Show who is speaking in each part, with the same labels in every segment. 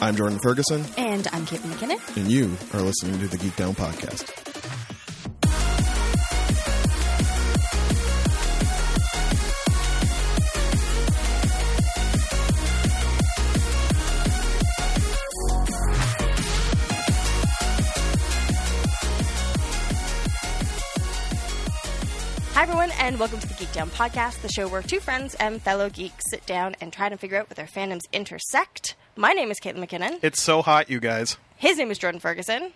Speaker 1: I'm Jordan Ferguson,
Speaker 2: And I'm Kate McKinnon.
Speaker 1: and you are listening to the Geek Down Podcast.
Speaker 2: Hi, everyone, and welcome to the Geek Down Podcast, the show where two friends and fellow geeks sit down and try to figure out where their fandoms intersect. My name is Caitlin McKinnon.
Speaker 3: It's so hot, you guys.
Speaker 2: His name is Jordan Ferguson.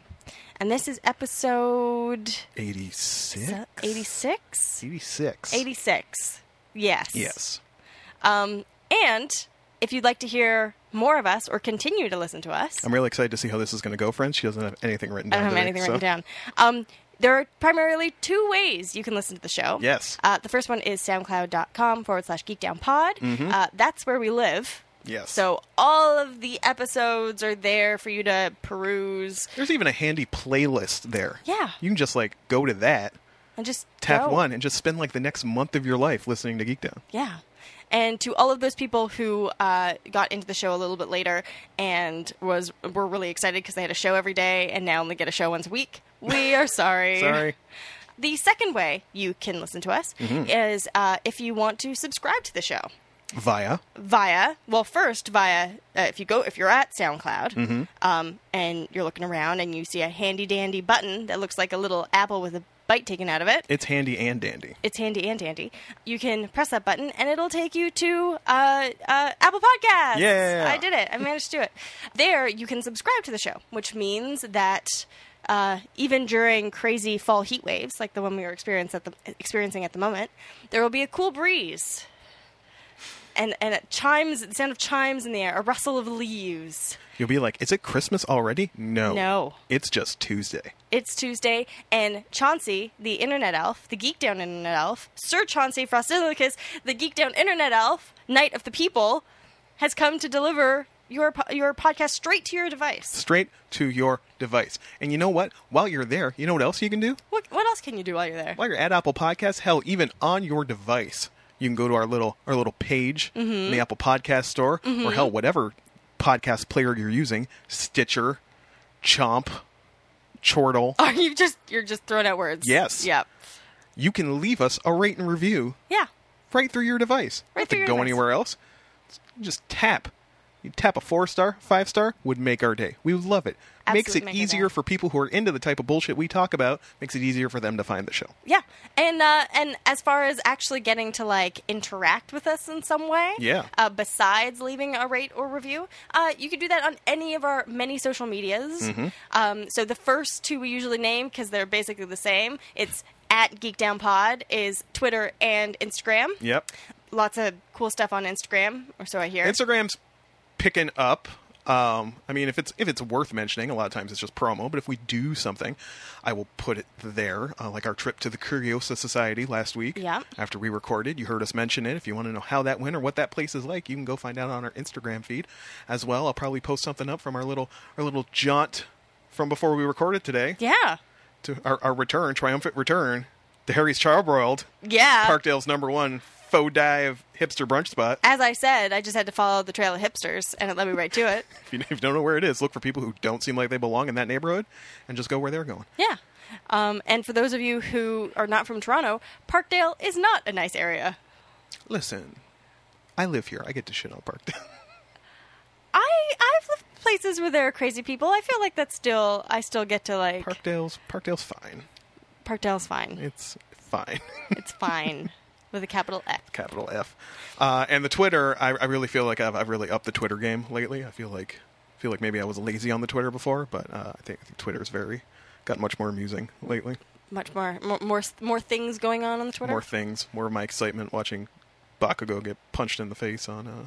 Speaker 2: And this is episode
Speaker 3: 86?
Speaker 2: 86?
Speaker 3: 86.
Speaker 2: 86. Yes.
Speaker 3: Yes.
Speaker 2: Um, and if you'd like to hear more of us or continue to listen to us,
Speaker 3: I'm really excited to see how this is going to go, friends. She doesn't have anything written
Speaker 2: I
Speaker 3: down.
Speaker 2: don't have
Speaker 3: today,
Speaker 2: anything
Speaker 3: so-
Speaker 2: written down. Um, there are primarily two ways you can listen to the show.
Speaker 3: Yes.
Speaker 2: Uh, the first one is soundcloud.com forward slash geekdownpod. Uh, that's where we live.
Speaker 3: Mm-hmm. Yes.
Speaker 2: So all of the episodes are there for you to peruse
Speaker 3: There's even a handy playlist there.
Speaker 2: Yeah.
Speaker 3: You can just, like, go to that,
Speaker 2: and just
Speaker 3: tap
Speaker 2: go.
Speaker 3: one, and just spend, like, the next month of your life listening to Geek Down.
Speaker 2: Yeah. And to all of those people who uh, got into the show a little bit later and was were really excited because they had a show every day and now only get a show once a week, we are sorry.
Speaker 3: Sorry.
Speaker 2: The second way you can listen to us is uh, if you want to subscribe to the show
Speaker 3: Via.
Speaker 2: via well first via uh, if you go if you're at soundcloud um, and you're looking around and you see a handy dandy button that looks like a little apple with a bite taken out of it
Speaker 3: It's handy and dandy.
Speaker 2: it's handy and dandy you can press that button and it'll take you to uh, uh, apple podcasts
Speaker 3: Yeah.
Speaker 2: i did it i managed to do it there you can subscribe to the show which means that uh, even during crazy fall heat waves like the one we were experience at the, experiencing at the moment there will be a cool breeze and, and it chimes the sound of chimes in the air a rustle of leaves
Speaker 3: You'll be like, is it Christmas already? No.
Speaker 2: No.
Speaker 3: It's just Tuesday.
Speaker 2: It's Tuesday, and Chauncey, the internet elf, the geek down internet elf, Sir Chauncey Frostilicus, the geek down internet elf, knight of the people, has come to deliver your po- your podcast straight to your device.
Speaker 3: Straight to your device. And you know what? While you're there, you know what else you can do?
Speaker 2: What what else can you do while you're there?
Speaker 3: while you're at Apple Podcasts, hell, even on your device, you can go to our little our little page in the Apple Podcast Store, or hell, whatever podcast player you're using, Stitcher, Chomp, Chortle.
Speaker 2: Are you just you're just throwing out words?
Speaker 3: Yes.
Speaker 2: Yep.
Speaker 3: You can leave us a rate and review
Speaker 2: Yeah.
Speaker 3: right through your device.
Speaker 2: Right
Speaker 3: You have
Speaker 2: through your
Speaker 3: to go
Speaker 2: device.
Speaker 3: anywhere else. Just tap. You tap a four star, five star would make our day. We would love it.
Speaker 2: Absolutely make
Speaker 3: makes
Speaker 2: our
Speaker 3: it
Speaker 2: day.
Speaker 3: easier for people who are into the type of bullshit we talk about. Makes it easier for them to find the show.
Speaker 2: Yeah. And uh, and as far as actually getting to like interact with us in some way,
Speaker 3: Yeah.
Speaker 2: Uh, besides leaving a rate or review, uh, you can do that on any of our many social medias. Um, so the first two we usually name because they're basically the same. It's at GeekDownPod is Twitter and Instagram.
Speaker 3: Yep.
Speaker 2: Lots of cool stuff on Instagram, or so I hear.
Speaker 3: Instagram's picking up. Um, I mean, if it's if it's worth mentioning, a lot of times it's just promo. But if we do something, I will put it there. Uh, like our trip to the Curiosa Society last week.
Speaker 2: Yeah.
Speaker 3: After we recorded, you heard us mention it. If you want to know how that went or what that place is like, you can go find out on our Instagram feed as well. I'll probably post something up from our little our little jaunt from before we recorded today
Speaker 2: yeah.
Speaker 3: to our, our return, triumphant return to Harry's Charbroiled,
Speaker 2: Yeah.
Speaker 3: Parkdale's number one faux dive hipster brunch spot.
Speaker 2: As I said, I just had to follow the trail of hipsters, and it led me right to it.
Speaker 3: If you, if you don't know where it is, look for people who don't seem like they belong in that neighborhood and just go where they're going.
Speaker 2: Yeah. Um, and for those of you who are not from Toronto, Parkdale is not a nice area.
Speaker 3: Listen, I live here. I get to shit on Parkdale.
Speaker 2: I I've lived places where there are crazy people. I feel like that's still I still get to like
Speaker 3: Parkdale's Parkdale's fine.
Speaker 2: Parkdale's fine.
Speaker 3: It's fine.
Speaker 2: It's fine with a capital F.
Speaker 3: Capital F. Uh, and the Twitter, I, I really feel like I've, I've really upped the Twitter game lately. I feel like feel like maybe I was lazy on the Twitter before, but uh, I think I think Twitter's very got much more amusing lately.
Speaker 2: Much more more more, more things going on on the Twitter.
Speaker 3: More things, more of my excitement watching Bakugo get punched in the face on uh,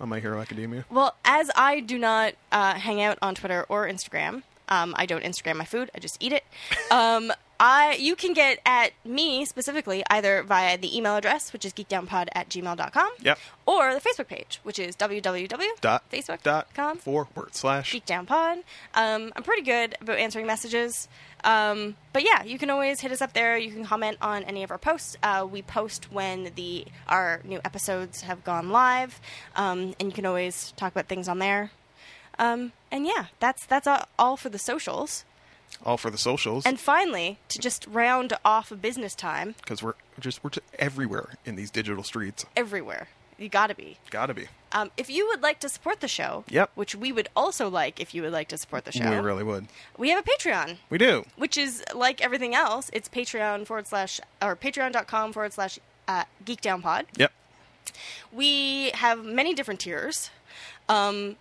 Speaker 3: on My Hero Academia.
Speaker 2: well, as I do not uh, hang out on Twitter or Instagram, um, I don't Instagram my food. I just eat it. Um, I you can get at me specifically either via the email address, which is geekdownpod at gmail.com,
Speaker 3: Yep.
Speaker 2: or the Facebook page, which is www
Speaker 3: Dot
Speaker 2: facebook
Speaker 3: dot
Speaker 2: com
Speaker 3: forward slash
Speaker 2: Geek Down Pod. Um, I'm pretty good about answering messages. Um, but yeah, you can always hit us up there. You can comment on any of our posts. Uh, we post when the our new episodes have gone live, um, and you can always talk about things on there. Um, and yeah, that's that's a- all for the socials.
Speaker 3: All for the socials
Speaker 2: And finally, to just round off business time
Speaker 3: because we're just we're just everywhere in these digital streets.
Speaker 2: everywhere. You got to be.
Speaker 3: Gotta be.
Speaker 2: Um, if you would like to support the show,
Speaker 3: Yep.
Speaker 2: which we would also like if you would like to support the show,
Speaker 3: We really would.
Speaker 2: we have a Patreon.
Speaker 3: We do.
Speaker 2: which is like everything else. It's Patreon forward slash or patreon.com forward slash uh, geekdownpod.
Speaker 3: Yep.
Speaker 2: We have many different tiers. Um,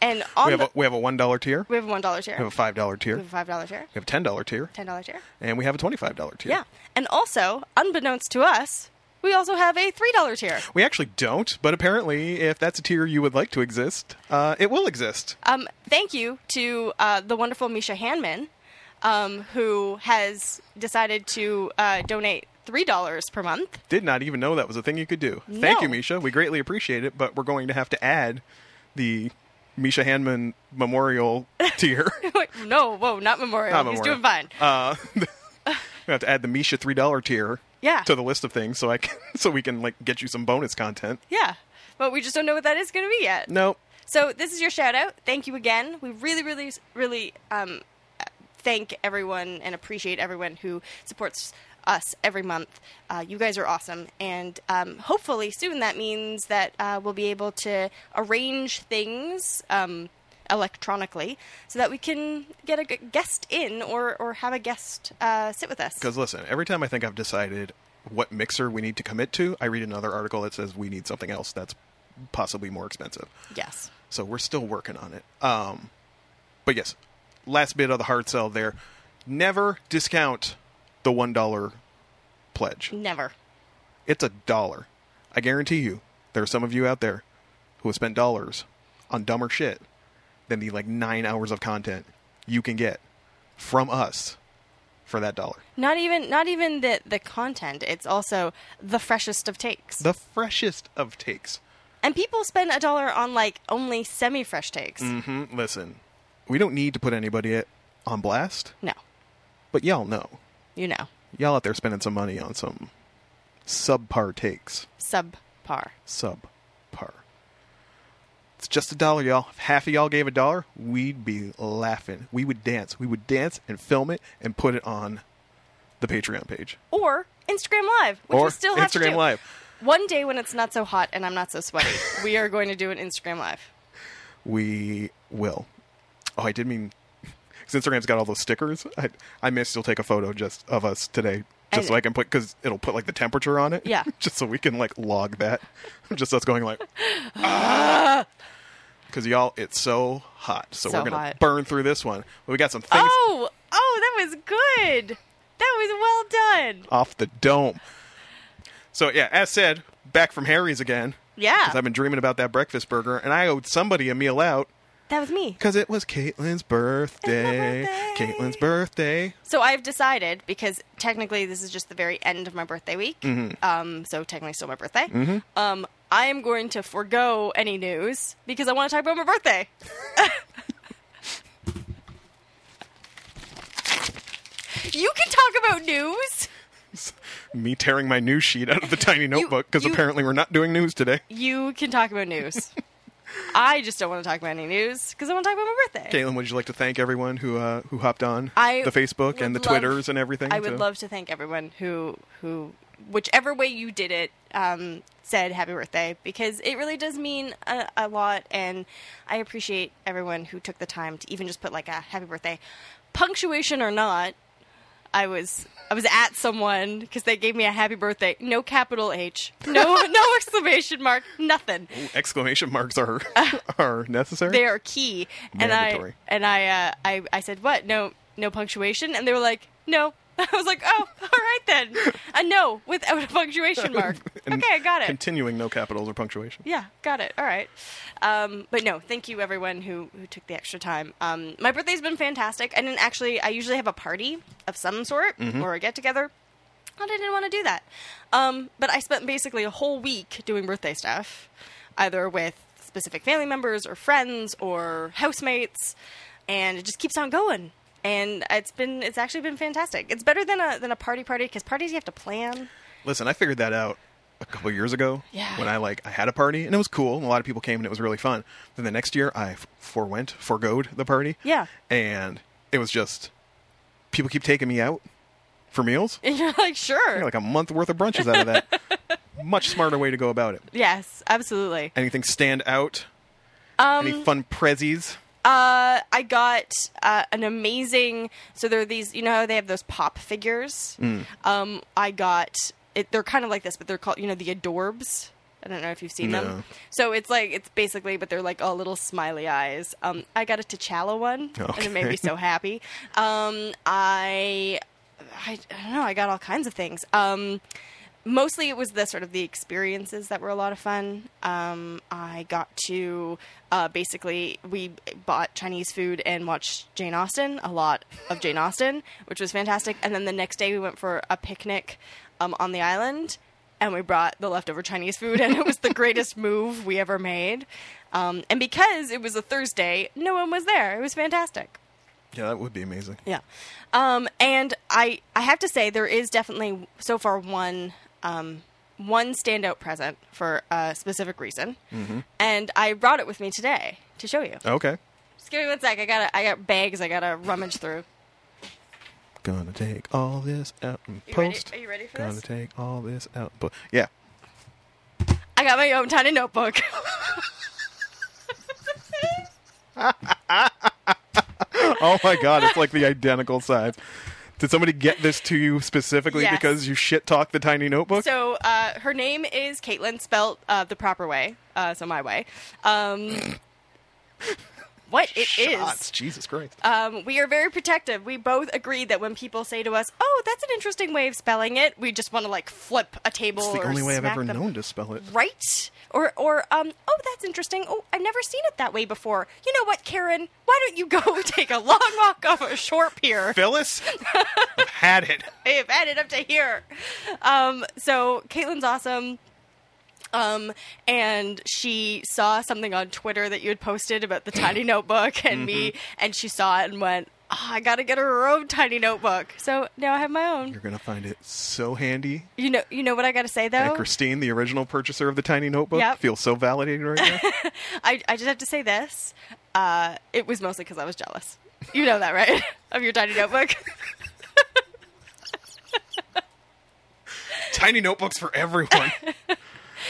Speaker 2: and on
Speaker 3: we have
Speaker 2: the,
Speaker 3: a, we have a one dollar tier.
Speaker 2: we have a $1 tier,
Speaker 3: We have a five dollar tier.
Speaker 2: we
Speaker 3: We
Speaker 2: have a $5 tier,
Speaker 3: have a ten dollar tier,
Speaker 2: $10 tier.
Speaker 3: and we have a twenty five dollar tier.
Speaker 2: Yeah. And also, unbeknownst to us, we also have a $3 tier.
Speaker 3: We actually don't, but apparently, if that's a tier you would like to exist, uh, it will exist.
Speaker 2: Um, thank you to uh, the wonderful Misha Hanman, um, who has decided to uh, donate $3 per month.
Speaker 3: Did not even know that was a thing you could do. Thank you,
Speaker 2: No.
Speaker 3: Misha. We greatly appreciate it, but we're going to have to add the Misha Hanman Memorial tier.
Speaker 2: no, whoa, not memorial.
Speaker 3: Not
Speaker 2: He's
Speaker 3: memorial.
Speaker 2: doing fine.
Speaker 3: Uh, we have to add the Misha three dollar tier.
Speaker 2: Yeah.
Speaker 3: To the list of things, so I can, so we can like get you some bonus content.
Speaker 2: Yeah. But we just don't know what that is going to be yet.
Speaker 3: No,
Speaker 2: So this is your shout out. Thank you again. We really, really, really um, thank everyone and appreciate everyone who supports us every month. Uh, you guys are awesome. And um, hopefully soon that means that uh, we'll be able to arrange things. Um, electronically so that we can get a g- guest in or or have a guest uh, sit with us
Speaker 3: because listen, every time I think I've decided what mixer we need to commit to, I read another article that says we need something else that's possibly more expensive.
Speaker 2: yes
Speaker 3: So we're still working on it. Um, but yes, last bit of the hard sell there. Never discount the one dollar pledge.
Speaker 2: never
Speaker 3: It's a dollar. I guarantee you, there are some of you out there who have spent dollars on dumber shit than the like nine hours of content you can get from us for that dollar.
Speaker 2: Not even not even the the content. It's also the freshest of takes.
Speaker 3: The freshest of takes.
Speaker 2: and people spend a dollar on like only semi-fresh takes.
Speaker 3: hmm Listen, we don't need to put anybody on blast,
Speaker 2: No,
Speaker 3: but y'all know.
Speaker 2: you know,
Speaker 3: y'all out there spending some money on some subpar takes.
Speaker 2: subpar.
Speaker 3: Subpar. It's just a dollar, y'all. If half of y'all gave a dollar, we'd be laughing. We would dance. We would dance and film it and put it on the Patreon page.
Speaker 2: Or Instagram Live, which
Speaker 3: Or
Speaker 2: we still have to
Speaker 3: Instagram
Speaker 2: do.
Speaker 3: Live.
Speaker 2: One day when it's not so hot and I'm not so sweaty, we are going to do an Instagram Live.
Speaker 3: We will. Oh, I did mean. Because Instagram's got all those stickers, I, I may still take a photo just of us today, just
Speaker 2: I-
Speaker 3: so I can put because it'll put like the temperature on it.
Speaker 2: Yeah.
Speaker 3: just so we can like log that. just us going like, because y'all, it's so hot, so,
Speaker 2: So
Speaker 3: we're gonna
Speaker 2: hot.
Speaker 3: burn through this one. But we got some things
Speaker 2: Oh, oh, that was good. That was well done.
Speaker 3: off the dome. So yeah, as said, back from Harry's again.
Speaker 2: Yeah,
Speaker 3: Because I've been dreaming about that breakfast burger, and I owed somebody a meal out.
Speaker 2: that was me.
Speaker 3: Because it was Caitlin's birthday.
Speaker 2: birthday.
Speaker 3: Caitlin's birthday.
Speaker 2: So I've decided because technically this is just the very end of my birthday week. Um, so technically still my birthday. Um, I am going to forego any news because I want to talk about my birthday. you can talk about news.
Speaker 3: Me tearing my news sheet out of the tiny notebook because
Speaker 2: you-
Speaker 3: apparently we're not doing news today.
Speaker 2: You can talk about news. I just don't want to talk about any news because I want to talk about my birthday.
Speaker 3: Caitlin, would you like to thank everyone who uh, who hopped on
Speaker 2: I
Speaker 3: the Facebook and the
Speaker 2: would love-
Speaker 3: Twitters and everything?
Speaker 2: I would
Speaker 3: to-
Speaker 2: love to thank everyone who who whichever way you did it um, said happy birthday because it really does mean a, a lot, and I appreciate everyone who took the time to even just put like a happy birthday, punctuation or not. I was I was at someone because they gave me a happy birthday. No capital H, no no exclamation mark, nothing.
Speaker 3: exclamation marks are are necessary.
Speaker 2: They are key, and
Speaker 3: Mandatory.
Speaker 2: I and I uh, I I said what? No no punctuation, and they were like no. I was like, oh, all right then, a no without a punctuation mark.
Speaker 3: And
Speaker 2: Okay, I got it.
Speaker 3: Continuing no capitals or punctuation.
Speaker 2: Yeah, got it. All right. Um, but no, thank you everyone who, who took the extra time. Um, my birthday's been fantastic. I didn't actually, I usually have a party of some sort or a get together. I didn't want to do that. Um, but I spent basically a whole week doing birthday stuff, either with specific family members or friends or housemates, and it just keeps on going. And it's been, it's actually been fantastic. It's better than a than a party party because parties you have to plan.
Speaker 3: Listen, I figured that out a couple years ago
Speaker 2: Yeah.
Speaker 3: when I like I had a party and it was cool and a lot of people came and it was really fun. Then the next year I f- forwent, forgoed the party.
Speaker 2: Yeah.
Speaker 3: And it was just people keep taking me out for meals.
Speaker 2: And you're like,
Speaker 3: I
Speaker 2: sure.
Speaker 3: got, like a month worth of brunches out of that. Much smarter way to go about it.
Speaker 2: yes, absolutely.
Speaker 3: Anything stand out?
Speaker 2: Um,
Speaker 3: Any fun prezzies?
Speaker 2: Uh, I got uh, an amazing. So there are these. You know how they have those pop figures.
Speaker 3: Mm.
Speaker 2: Um, I got. It, they're kind of like this, but they're called. You know the Adorbs. I don't know if you've seen
Speaker 3: No.
Speaker 2: them. So it's like it's basically, but they're like all little smiley eyes. Um, I got a T'Challa one, and it made
Speaker 3: Okay.
Speaker 2: me so happy. Um, I, I, I don't know. I got all kinds of things. Um, mostly it was the sort of the experiences that were a lot of fun. Um, I got to uh, basically we bought Chinese food and watched Jane Austen, a lot of Jane Austen, which was fantastic. And then the next day we went for a picnic um, on the island. And we brought the leftover Chinese food, and it was the greatest move we ever made. Um, and because it was a Thursday, no one was there. It was fantastic.
Speaker 3: Yeah, that would be amazing.
Speaker 2: Yeah. Um, and I, I have to say, there is definitely so far one, um, one standout present for a specific reason, and I brought it with me today to show you.
Speaker 3: Okay.
Speaker 2: Just give me one sec. I got I got bags. I got to rummage through.
Speaker 3: Gonna take all this out and
Speaker 2: You ready-
Speaker 3: post.
Speaker 2: are you ready for
Speaker 3: Gonna
Speaker 2: this?
Speaker 3: take all this out. But yeah,
Speaker 2: I got my own tiny notebook.
Speaker 3: Oh my god, it's like the identical size. Did somebody get this to you specifically
Speaker 2: Yes.
Speaker 3: because you shit talked the tiny notebook?
Speaker 2: so uh, her name is Caitlin, spelt uh, the proper way, uh, so my way. Um, what it is.
Speaker 3: Shots. Jesus Christ.
Speaker 2: um, we are very protective. We both agree that when people say to us, "Oh, that's an interesting way of spelling it," we just want to like flip a table.
Speaker 3: it's the
Speaker 2: or
Speaker 3: only way I've
Speaker 2: smack
Speaker 3: ever
Speaker 2: them.
Speaker 3: known to spell it.
Speaker 2: Right? Or, or, um, oh, that's interesting. Oh, I've never seen it that way before. You know what, Karen? Why don't you go take a long walk off a short pier?
Speaker 3: Phyllis? I've had it.
Speaker 2: I've had it up to here. Um, so Caitlin's awesome. Um, and she saw something on Twitter that you had posted about the tiny notebook and me, and she saw it and went, oh, I gotta get her her own tiny notebook. So now I have my own.
Speaker 3: You're gonna find it so handy.
Speaker 2: You know, you know what I gotta say
Speaker 3: And
Speaker 2: though.
Speaker 3: Christine, the original purchaser of the tiny notebook,
Speaker 2: Oh. Yep.
Speaker 3: feels so validated right now.
Speaker 2: I, I just have to say this. Uh, it was mostly because I was jealous. You know that, right? of your tiny notebook.
Speaker 3: tiny notebooks for everyone.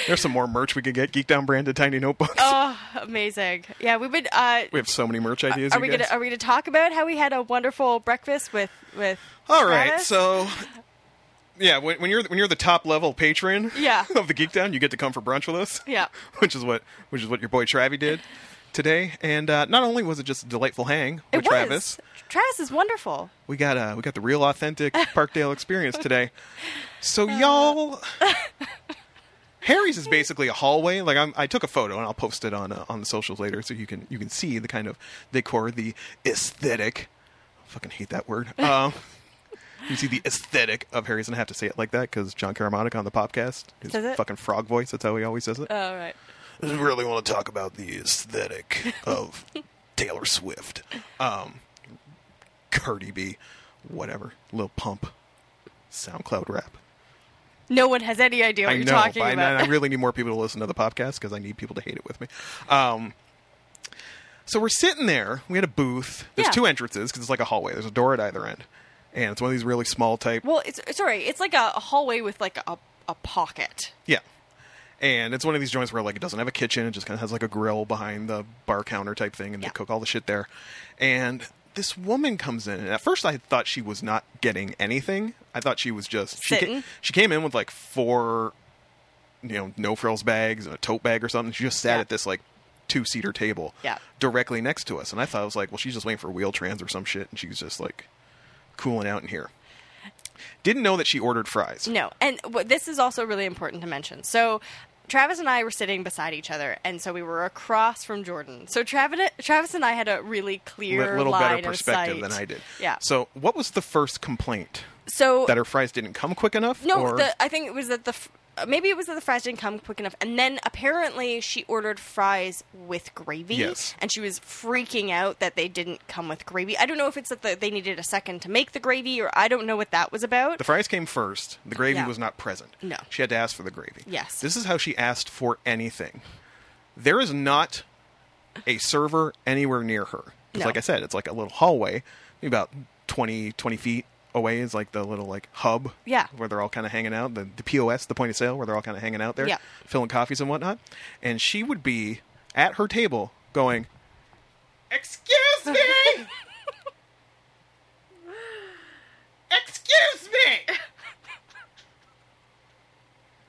Speaker 3: There's some more merch we could get. Geek Down branded tiny notebooks.
Speaker 2: oh, amazing. Yeah, we've been. Uh,
Speaker 3: we have so many merch ideas.
Speaker 2: are
Speaker 3: you
Speaker 2: we
Speaker 3: guys.
Speaker 2: gonna Are we gonna talk about how we had a wonderful breakfast with with?
Speaker 3: All right,
Speaker 2: Travis?
Speaker 3: so yeah, when, when you're when you're the top level patron
Speaker 2: Yeah.
Speaker 3: of the Geek Down, you get to come for brunch with us.
Speaker 2: Yeah.
Speaker 3: which is what which is what your boy Travie did today. And uh, not only was it just a delightful hang
Speaker 2: It
Speaker 3: with
Speaker 2: was.
Speaker 3: Travis,
Speaker 2: Travis is wonderful.
Speaker 3: we got uh, we got the real authentic Parkdale experience today. So
Speaker 2: Uh.
Speaker 3: y'all, Harry's is basically a hallway. Like I'm, I took a photo and I'll post it on uh, on the socials later, so you can you can see the kind of decor, the aesthetic. I fucking hate that word. Um, you see the aesthetic of Harry's, and I have to say it like that because John Caramonic on the podcast, his
Speaker 2: Says it? Oh,
Speaker 3: fucking frog voice. That's how he always says it.
Speaker 2: All right.
Speaker 3: I really want to talk about the aesthetic of Taylor Swift, um, Cardi B, whatever, Lil Pump, SoundCloud rap.
Speaker 2: No one has any idea what
Speaker 3: I
Speaker 2: you're
Speaker 3: know,
Speaker 2: talking
Speaker 3: but I-
Speaker 2: about.
Speaker 3: I, really need more people to listen to the podcast because I need people to hate it with me. Um, so we're sitting there. We had a booth. There's
Speaker 2: Yeah.
Speaker 3: two entrances because it's like a hallway. There's a door at either end, and it's one of these really small type.
Speaker 2: well, it's sorry. It's like a, a hallway with like a, a pocket.
Speaker 3: Yeah. And it's one of these joints where like it doesn't have a kitchen, it just kind of has like a grill behind the bar counter type thing and
Speaker 2: Yeah.
Speaker 3: they cook all the shit there. And this woman comes in and at first I thought she was not getting anything. I thought she was just she
Speaker 2: Sitting.
Speaker 3: came, she came in with like four you know, no frills bags and a tote bag or something. She just sat
Speaker 2: Yeah.
Speaker 3: at this like two seater table
Speaker 2: Yeah.
Speaker 3: directly next to us. And I thought I was like, well, she's just waiting for wheel trans or some shit and she was just like cooling out in here. Didn't know that she ordered fries.
Speaker 2: No, and w- this is also really important to mention. So. Travis and I were sitting beside each other, and so we were across from Jordan. So Travis, Travis and I had a really
Speaker 3: li-
Speaker 2: clear,
Speaker 3: little
Speaker 2: line
Speaker 3: better perspective
Speaker 2: of sight.
Speaker 3: than I did.
Speaker 2: Yeah.
Speaker 3: So, what was the first complaint
Speaker 2: So
Speaker 3: that her fries didn't come quick enough?
Speaker 2: no,
Speaker 3: or
Speaker 2: the, I think it was that the f- uh, maybe it was that the fries didn't come quick enough. And then apparently she ordered fries with gravy.
Speaker 3: Yes.
Speaker 2: And she was freaking out that they didn't come with gravy. I don't know if it's that the, they needed a second to make the gravy or I don't know what that was about.
Speaker 3: The fries came first. The gravy
Speaker 2: Yeah.
Speaker 3: was not present.
Speaker 2: No.
Speaker 3: She had to ask for the gravy.
Speaker 2: Yes.
Speaker 3: This is how she asked for anything. There is not a server anywhere near her. 'Cause
Speaker 2: No.
Speaker 3: Like I said, it's like a little hallway, maybe about 20, 20 feet away is like the little like hub
Speaker 2: Yeah.
Speaker 3: where they're all kind of hanging out the, the pos the point of sale where they're all kind of hanging out there
Speaker 2: Yeah.
Speaker 3: filling coffees and whatnot and she would be at her table going excuse me Excuse me!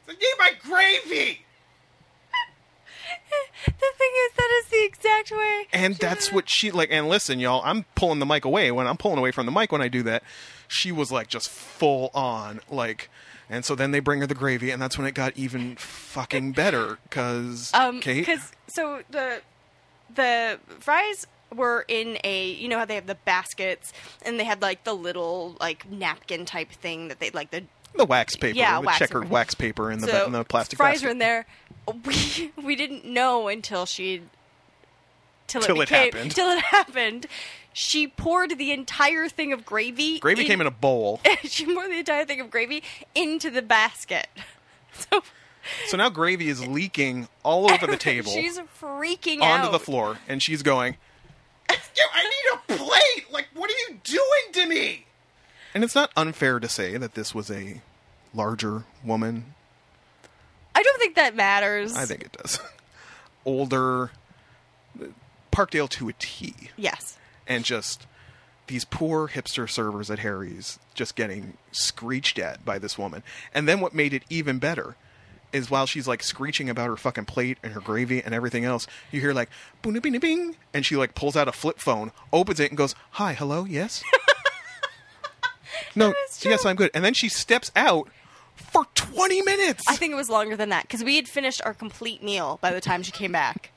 Speaker 3: I need my gravy!
Speaker 2: the thing is, that is the exact way.
Speaker 3: And
Speaker 2: she
Speaker 3: that's
Speaker 2: ordered-
Speaker 3: what she like. And listen, y'all, I'm pulling the mic away. When I'm pulling away from the mic when I do that, she was like just full on. Like, and so then they bring her the gravy, and that's when it got even fucking better. Cause,
Speaker 2: Um,
Speaker 3: Kate,
Speaker 2: Because so the the fries were in a you know how they have the baskets and they had like the little like napkin type thing that they like the
Speaker 3: the wax paper,
Speaker 2: yeah,
Speaker 3: the
Speaker 2: wax
Speaker 3: checkered
Speaker 2: paper.
Speaker 3: wax paper in the,
Speaker 2: so
Speaker 3: in the plastic
Speaker 2: fries
Speaker 3: basket.
Speaker 2: were in there. We we didn't know until she till
Speaker 3: Till
Speaker 2: it,
Speaker 3: it
Speaker 2: became,
Speaker 3: happened.
Speaker 2: Till it happened, she poured the entire thing of gravy.
Speaker 3: Gravy came in a bowl.
Speaker 2: she poured the entire thing of gravy into the basket. So
Speaker 3: so now gravy is leaking all over the table.
Speaker 2: she's freaking out
Speaker 3: onto the floor, and she's going, I need a plate! Like, what are you doing to me? And it's not unfair to say that this was a larger woman.
Speaker 2: I don't think that matters.
Speaker 3: I think it does. Older, uh, Parkdale to a T.
Speaker 2: yes.
Speaker 3: And just these poor hipster servers at Harry's just getting screeched at by this woman. And then what made it even better is while she's like screeching about her fucking plate and her gravy and everything else, you hear like boom bing bing and she like pulls out a flip phone, opens it and goes, "Hi, hello, yes." no,
Speaker 2: is true.
Speaker 3: yes, I'm good. And then she steps out for 20 minutes.
Speaker 2: I think it was longer than that because we had finished our complete meal by the time she came back.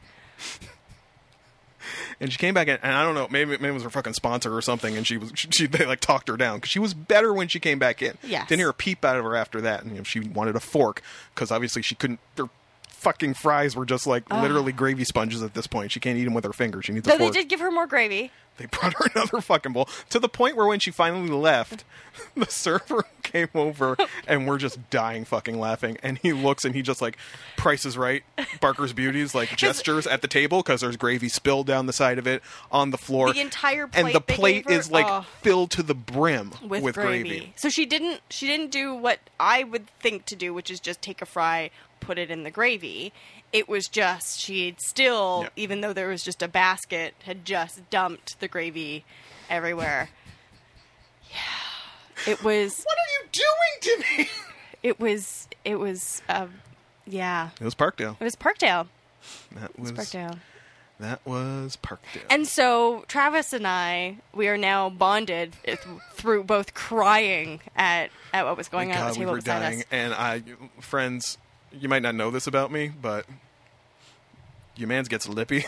Speaker 3: And she came back, and, and I don't know, maybe, maybe it was her fucking sponsor or something, and she was she, she- they like talked her down because she was better when she came back in.
Speaker 2: Yes.
Speaker 3: Didn't hear a peep out of her after that, and you know, she wanted a fork because obviously she couldn't. Her fucking fries were just like literally gravy sponges at this point. She can't eat them with her finger. She needs
Speaker 2: Though
Speaker 3: a
Speaker 2: they
Speaker 3: fork.
Speaker 2: did give her more gravy.
Speaker 3: They brought her another fucking bowl to the point where when she finally left, the server came over and we're just dying fucking laughing. And he looks and he just like prices right, Barker's beauties, like gestures at the table because there's gravy spilled down the side of it on the floor.
Speaker 2: The entire
Speaker 3: and
Speaker 2: plate
Speaker 3: the
Speaker 2: they
Speaker 3: plate
Speaker 2: gave her?
Speaker 3: is like
Speaker 2: Oh.
Speaker 3: filled to the brim
Speaker 2: with, gravy. So she didn't she didn't do what I would think to do, which is just take a fry, put it in the gravy. It was just she'd still,
Speaker 3: Yeah.
Speaker 2: even though there was just a basket, had just dumped the gravy everywhere. yeah, it was
Speaker 3: What are you doing to me?
Speaker 2: it was it was uh, yeah,
Speaker 3: It was Parkdale.
Speaker 2: it was Parkdale.
Speaker 3: That was
Speaker 2: Parkdale.
Speaker 3: That was Parkdale.
Speaker 2: And so Travis and I, we are now bonded th- through both crying at, at what was going on
Speaker 3: God,
Speaker 2: at the
Speaker 3: we
Speaker 2: table
Speaker 3: were
Speaker 2: beside
Speaker 3: dying.
Speaker 2: us.
Speaker 3: And I, friends, you might not know this about me, but your man's gets lippy.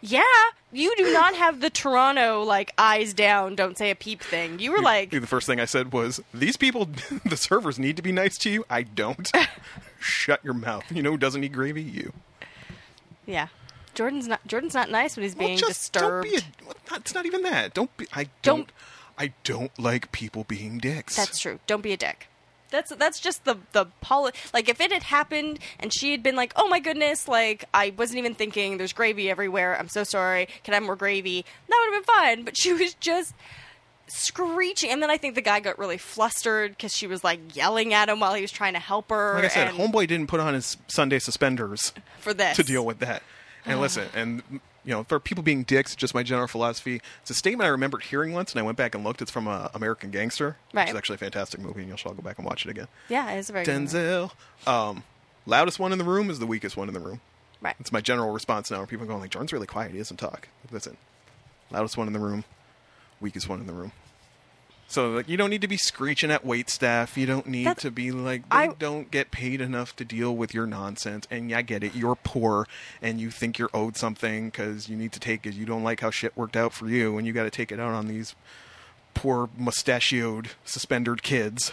Speaker 2: Yeah, you do not have the Toronto like eyes down, don't say a peep thing. You were like,
Speaker 3: the first thing I said was, "These people, the servers need to be nice to you. I don't. Shut your mouth. You know who doesn't eat gravy? You.
Speaker 2: yeah, Jordan's not Jordan's not nice when he's
Speaker 3: Well,
Speaker 2: being
Speaker 3: just
Speaker 2: disturbed.
Speaker 3: Don't be a, well, not- it's not even that. Don't be. I don't,
Speaker 2: Don't-
Speaker 3: I don't like people being dicks.
Speaker 2: That's true. Don't be a dick. That's that's just the the poli- like if it had happened and she had been like, "Oh my goodness, like I wasn't even thinking there's gravy everywhere. I'm so sorry. Can I have more gravy?" That would have been fine, but she was just screeching and then I think the guy got really flustered cuz she was like yelling at him while he was trying to help her
Speaker 3: Like I said,
Speaker 2: and
Speaker 3: homeboy didn't put on his Sunday suspenders.
Speaker 2: for this.
Speaker 3: to deal with that. And listen, and you know, for people being dicks, just my general philosophy. It's a statement I remembered hearing once, and I went back and looked. It's from uh, American Gangster, which
Speaker 2: Right.
Speaker 3: is actually a fantastic movie, and you shall go back and watch it again.
Speaker 2: Yeah, it's a very good one.
Speaker 3: Denzel, um, loudest one in the room is the weakest one in the room.
Speaker 2: Right.
Speaker 3: It's my general response now. Where people are going like, Jordan's really quiet. He doesn't talk. Listen, loudest one in the room, weakest one in the room. So like, you don't need to be screeching at wait staff. You don't need
Speaker 2: That's-
Speaker 3: to be like they
Speaker 2: I-
Speaker 3: don't get paid enough to deal with your nonsense. And yeah, I get it. You're poor and you think you're owed something because you need to take it. You don't like how shit worked out for you, and you got to take it out on these poor mustachioed, suspended kids.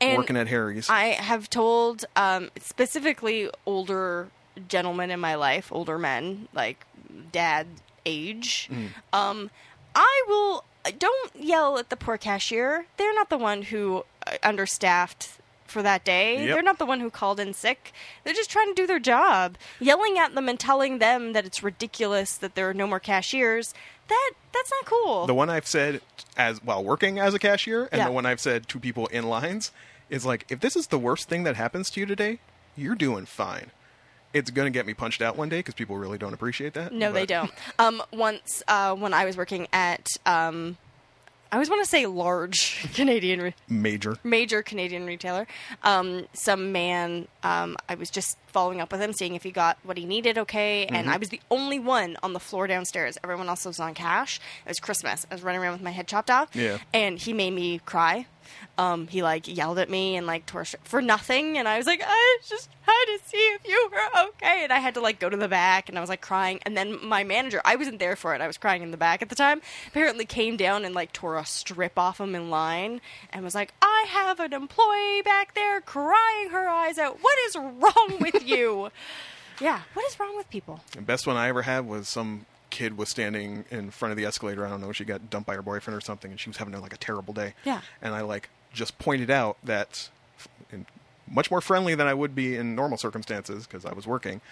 Speaker 2: And
Speaker 3: working at Harry's.
Speaker 2: I have told um, specifically older gentlemen in my life, older men, like dad age. Um, I will don't yell at the poor cashier. They're not the one who uh, understaffed for that day.
Speaker 3: Yep.
Speaker 2: They're not the one who called in sick. They're just trying to do their job. Yelling at them and telling them that it's ridiculous that there are no more cashiers. That that's not cool.
Speaker 3: the one I've said as while working as a cashier, and
Speaker 2: Yeah.
Speaker 3: the one I've said to people in lines is like, if this is the worst thing that happens to you today, you're doing fine. It's gonna get me punched out one day because people really don't appreciate that.
Speaker 2: No, they
Speaker 3: but-
Speaker 2: don't. Um, once uh, when I was working at, um, I always want to say large Canadian, re-
Speaker 3: Major.
Speaker 2: major Canadian retailer. Um, some man, um, I was just following up with him, seeing if he got what he needed okay,
Speaker 3: Mm-hmm.
Speaker 2: and I was the only one on the floor downstairs. Everyone else was on cash. It was Christmas. I was running around with my head chopped off.
Speaker 3: Yeah.
Speaker 2: and he made me cry. Um, he like yelled at me and like tore sh- for nothing, and I was like, I was just had to see if you were okay, and I had to like go to the back, and I was like crying, and then my manager, I wasn't there for it, I was crying in the back at the time. Apparently, came down and like tore a strip off him in line, and was like, I have an employee back there crying her eyes out. What is wrong with you? yeah, what is wrong with people?
Speaker 3: The best one I ever had was some kid was standing in front of the escalator. I don't know. She got dumped by her boyfriend or something, and she was having like a terrible day.
Speaker 2: Yeah.
Speaker 3: And I like just pointed out that, and much more friendly than I would be in normal circumstances because I was working.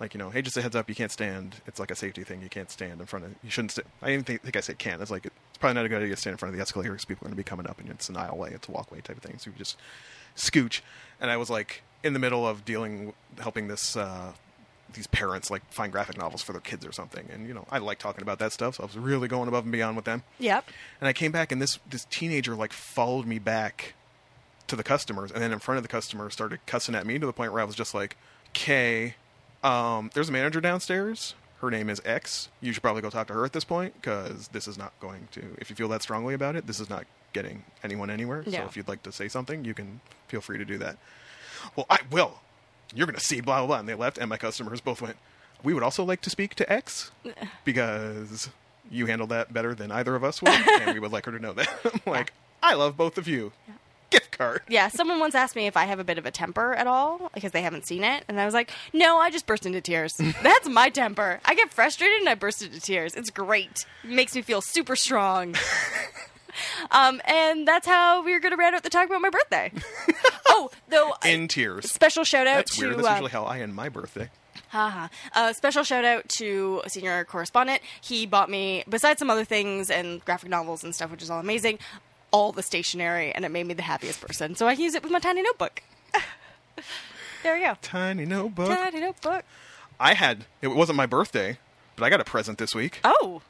Speaker 3: Like you know, hey, just a heads up, you can't stand. It's like a safety thing. You can't stand in front of. You shouldn't. St- I didn't think, think I said can. It's like it's probably not a good idea to stand in front of the escalator because people are going to be coming up, and it's an aisleway, it's a walkway type of thing. So you just scooch. And I was like in the middle of dealing, helping this uh, these parents like find graphic novels for their kids or something. And you know, I like talking about that stuff, so I was really going above and beyond with them.
Speaker 2: Yep.
Speaker 3: And I came back, and this this teenager like followed me back to the customers, and then in front of the customers started cussing at me to the point where I was just like, "Okay, um, there's a manager downstairs. Her name is X. You should probably go talk to her at this point because this is not going to. If you feel that strongly about it, this is not getting anyone anywhere.
Speaker 2: Yeah.
Speaker 3: So if you'd like to say something, you can feel free to do that. Well, I will. You're going to see blah blah blah. And they left, and my customers both went. We would also like to speak to X because you handled that better than either of us would, and we would like her to know that. I'm like, I love both of you. Gift card.
Speaker 2: Yeah, someone once asked me if I have a bit of a temper at all because they haven't seen it, and I was like, "No, I just burst into tears. That's my temper. I get frustrated and I burst into tears. It's great. It makes me feel super strong." um, and that's how we were going to round out the talk about my birthday. oh, though, I-
Speaker 3: In tears.
Speaker 2: special shout out
Speaker 3: That's
Speaker 2: to
Speaker 3: weird. That's
Speaker 2: uh,
Speaker 3: usually how I end my birthday.
Speaker 2: Haha. Uh, special shout out to a senior correspondent. He bought me, besides some other things and graphic novels and stuff, which is all amazing, all the stationery, and it made me the happiest person. So I can use it with my tiny notebook. there you go.
Speaker 3: Tiny notebook.
Speaker 2: Tiny notebook.
Speaker 3: I had. It wasn't my birthday, but I got a present this week.
Speaker 2: Oh,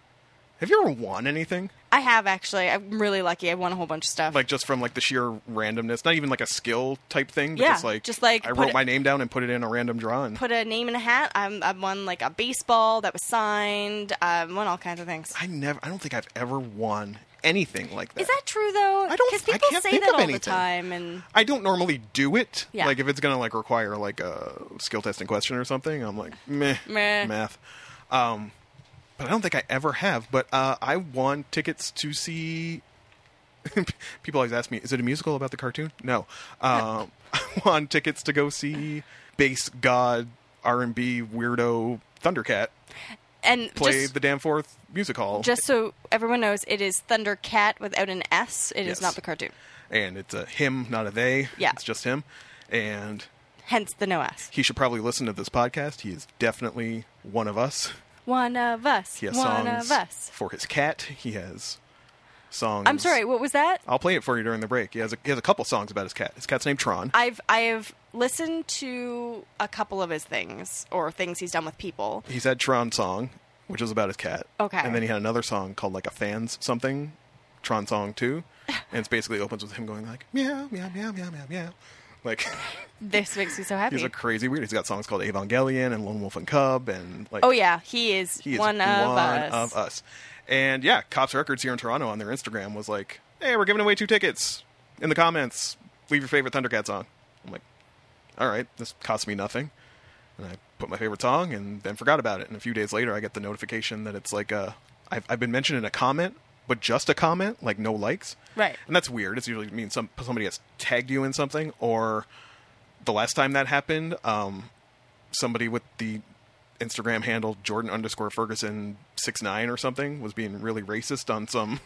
Speaker 3: Have you ever won anything?
Speaker 2: I have actually. I'm really lucky. I won a whole bunch of stuff.
Speaker 3: Like just from like the sheer randomness, not even like a skill type thing, but
Speaker 2: Yeah,
Speaker 3: just like
Speaker 2: just, like,
Speaker 3: I
Speaker 2: put
Speaker 3: wrote
Speaker 2: it-
Speaker 3: my name down and put it in a random draw. And
Speaker 2: Put a name in a hat. I'm, I won like a baseball that was signed. I won all kinds of things.
Speaker 3: I never. I don't think I've ever won anything like that.
Speaker 2: Is that true though?
Speaker 3: I don't-
Speaker 2: Because
Speaker 3: I
Speaker 2: people
Speaker 3: can't
Speaker 2: say
Speaker 3: think
Speaker 2: that
Speaker 3: of
Speaker 2: all the
Speaker 3: anything.
Speaker 2: time, and
Speaker 3: I don't normally do it.
Speaker 2: Yeah.
Speaker 3: Like if it's gonna like require like a skill testing question or something, I'm like meh,
Speaker 2: Meh.
Speaker 3: math. Um, but I don't think I ever have. But uh, I won tickets to see. People always ask me, "Is it a musical about the cartoon?" No. Um, I won tickets to go see bass god R and B weirdo Thundercat
Speaker 2: and
Speaker 3: play
Speaker 2: just,
Speaker 3: the Danforth Music Hall,
Speaker 2: Just so everyone knows, it is Thundercat without an S. It is
Speaker 3: Yes.
Speaker 2: not the cartoon.
Speaker 3: and it's a him, not a they.
Speaker 2: Yeah.
Speaker 3: it's just him, and
Speaker 2: Hence the no S.
Speaker 3: he should probably listen to this podcast. He is definitely one of us.
Speaker 2: One of us.
Speaker 3: He has
Speaker 2: one
Speaker 3: songs
Speaker 2: of us.
Speaker 3: for his cat. He has songs.
Speaker 2: I'm sorry, what was that?
Speaker 3: I'll play it for you during the break. He has a, he has a couple songs about his cat. His cat's named Tron.
Speaker 2: I've I have listened to a couple of his things or things he's done with people.
Speaker 3: He's had Tron song, which is about his cat.
Speaker 2: Okay.
Speaker 3: And then he had another song called like a fans something, Tron song two, and it's basically opens with him going like meow meow meow meow meow meow, like
Speaker 2: This makes me so happy.
Speaker 3: he's a crazy weird. He's got songs called Evangelion and Lone Wolf and Cub and like
Speaker 2: oh yeah, he is,
Speaker 3: He is
Speaker 2: one of us.
Speaker 3: of us. And yeah, Cops Records here in Toronto on their Instagram was like, "Hey, we're giving away two tickets. In the comments, leave your favorite Thundercat song." I'm like, "All right, this cost me nothing." And I put my favorite song and then forgot about it. And a few days later, I get the notification that it's like, uh, I've, "I've been mentioned in a comment but just a comment, like no likes.
Speaker 2: Right.
Speaker 3: And that's weird. It's usually means some somebody has tagged you in something, or the last time that happened, um, somebody with the Instagram handle Jordan underscore Ferguson six nine or something was being really racist on some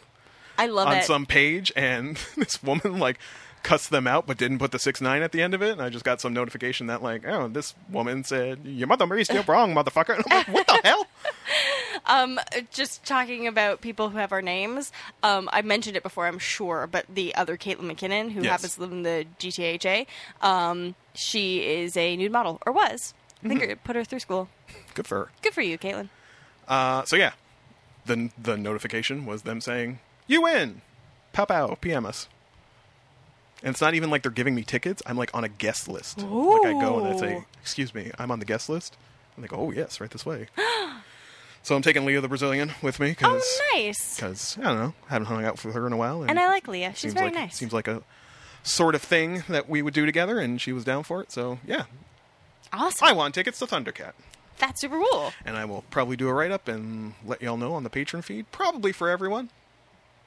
Speaker 2: I love
Speaker 3: on
Speaker 2: it.
Speaker 3: some page, and this woman like cussed them out, but didn't put the six nine at the end of it. And I just got some notification that like, oh, this woman said your mother Mary's still wrong, motherfucker. And I'm like, what the hell?
Speaker 2: just talking about people who have our names. Um, I mentioned it before, I'm sure, but the other Caitlin McKinnon, who
Speaker 3: Yes.
Speaker 2: happens to live in the GTHA, um, she is a nude model or was. I
Speaker 3: Mm-hmm.
Speaker 2: think it put her through school.
Speaker 3: Good for her.
Speaker 2: Good for you, Caitlin.
Speaker 3: Uh, so yeah, the the notification was them saying you win, pow pow, PM us. And it's not even like they're giving me tickets. I'm like on a guest list. Like I go and I say,
Speaker 2: Ooh.
Speaker 3: "Excuse me, I'm on the guest list." And they go, "Oh yes, right this way." so I'm taking Leah the Brazilian with me
Speaker 2: Oh,
Speaker 3: because
Speaker 2: nice.
Speaker 3: because I don't know, haven't hung out with her in a while,
Speaker 2: And I like Leah. She's
Speaker 3: seems
Speaker 2: very
Speaker 3: like,
Speaker 2: nice.
Speaker 3: Seems like a sort of thing that we would do together, and she was down for it. So yeah,
Speaker 2: awesome.
Speaker 3: I want tickets to Thundercat
Speaker 2: That's super cool.
Speaker 3: and I will probably do a write up and let y'all know on the Patreon feed, probably for everyone.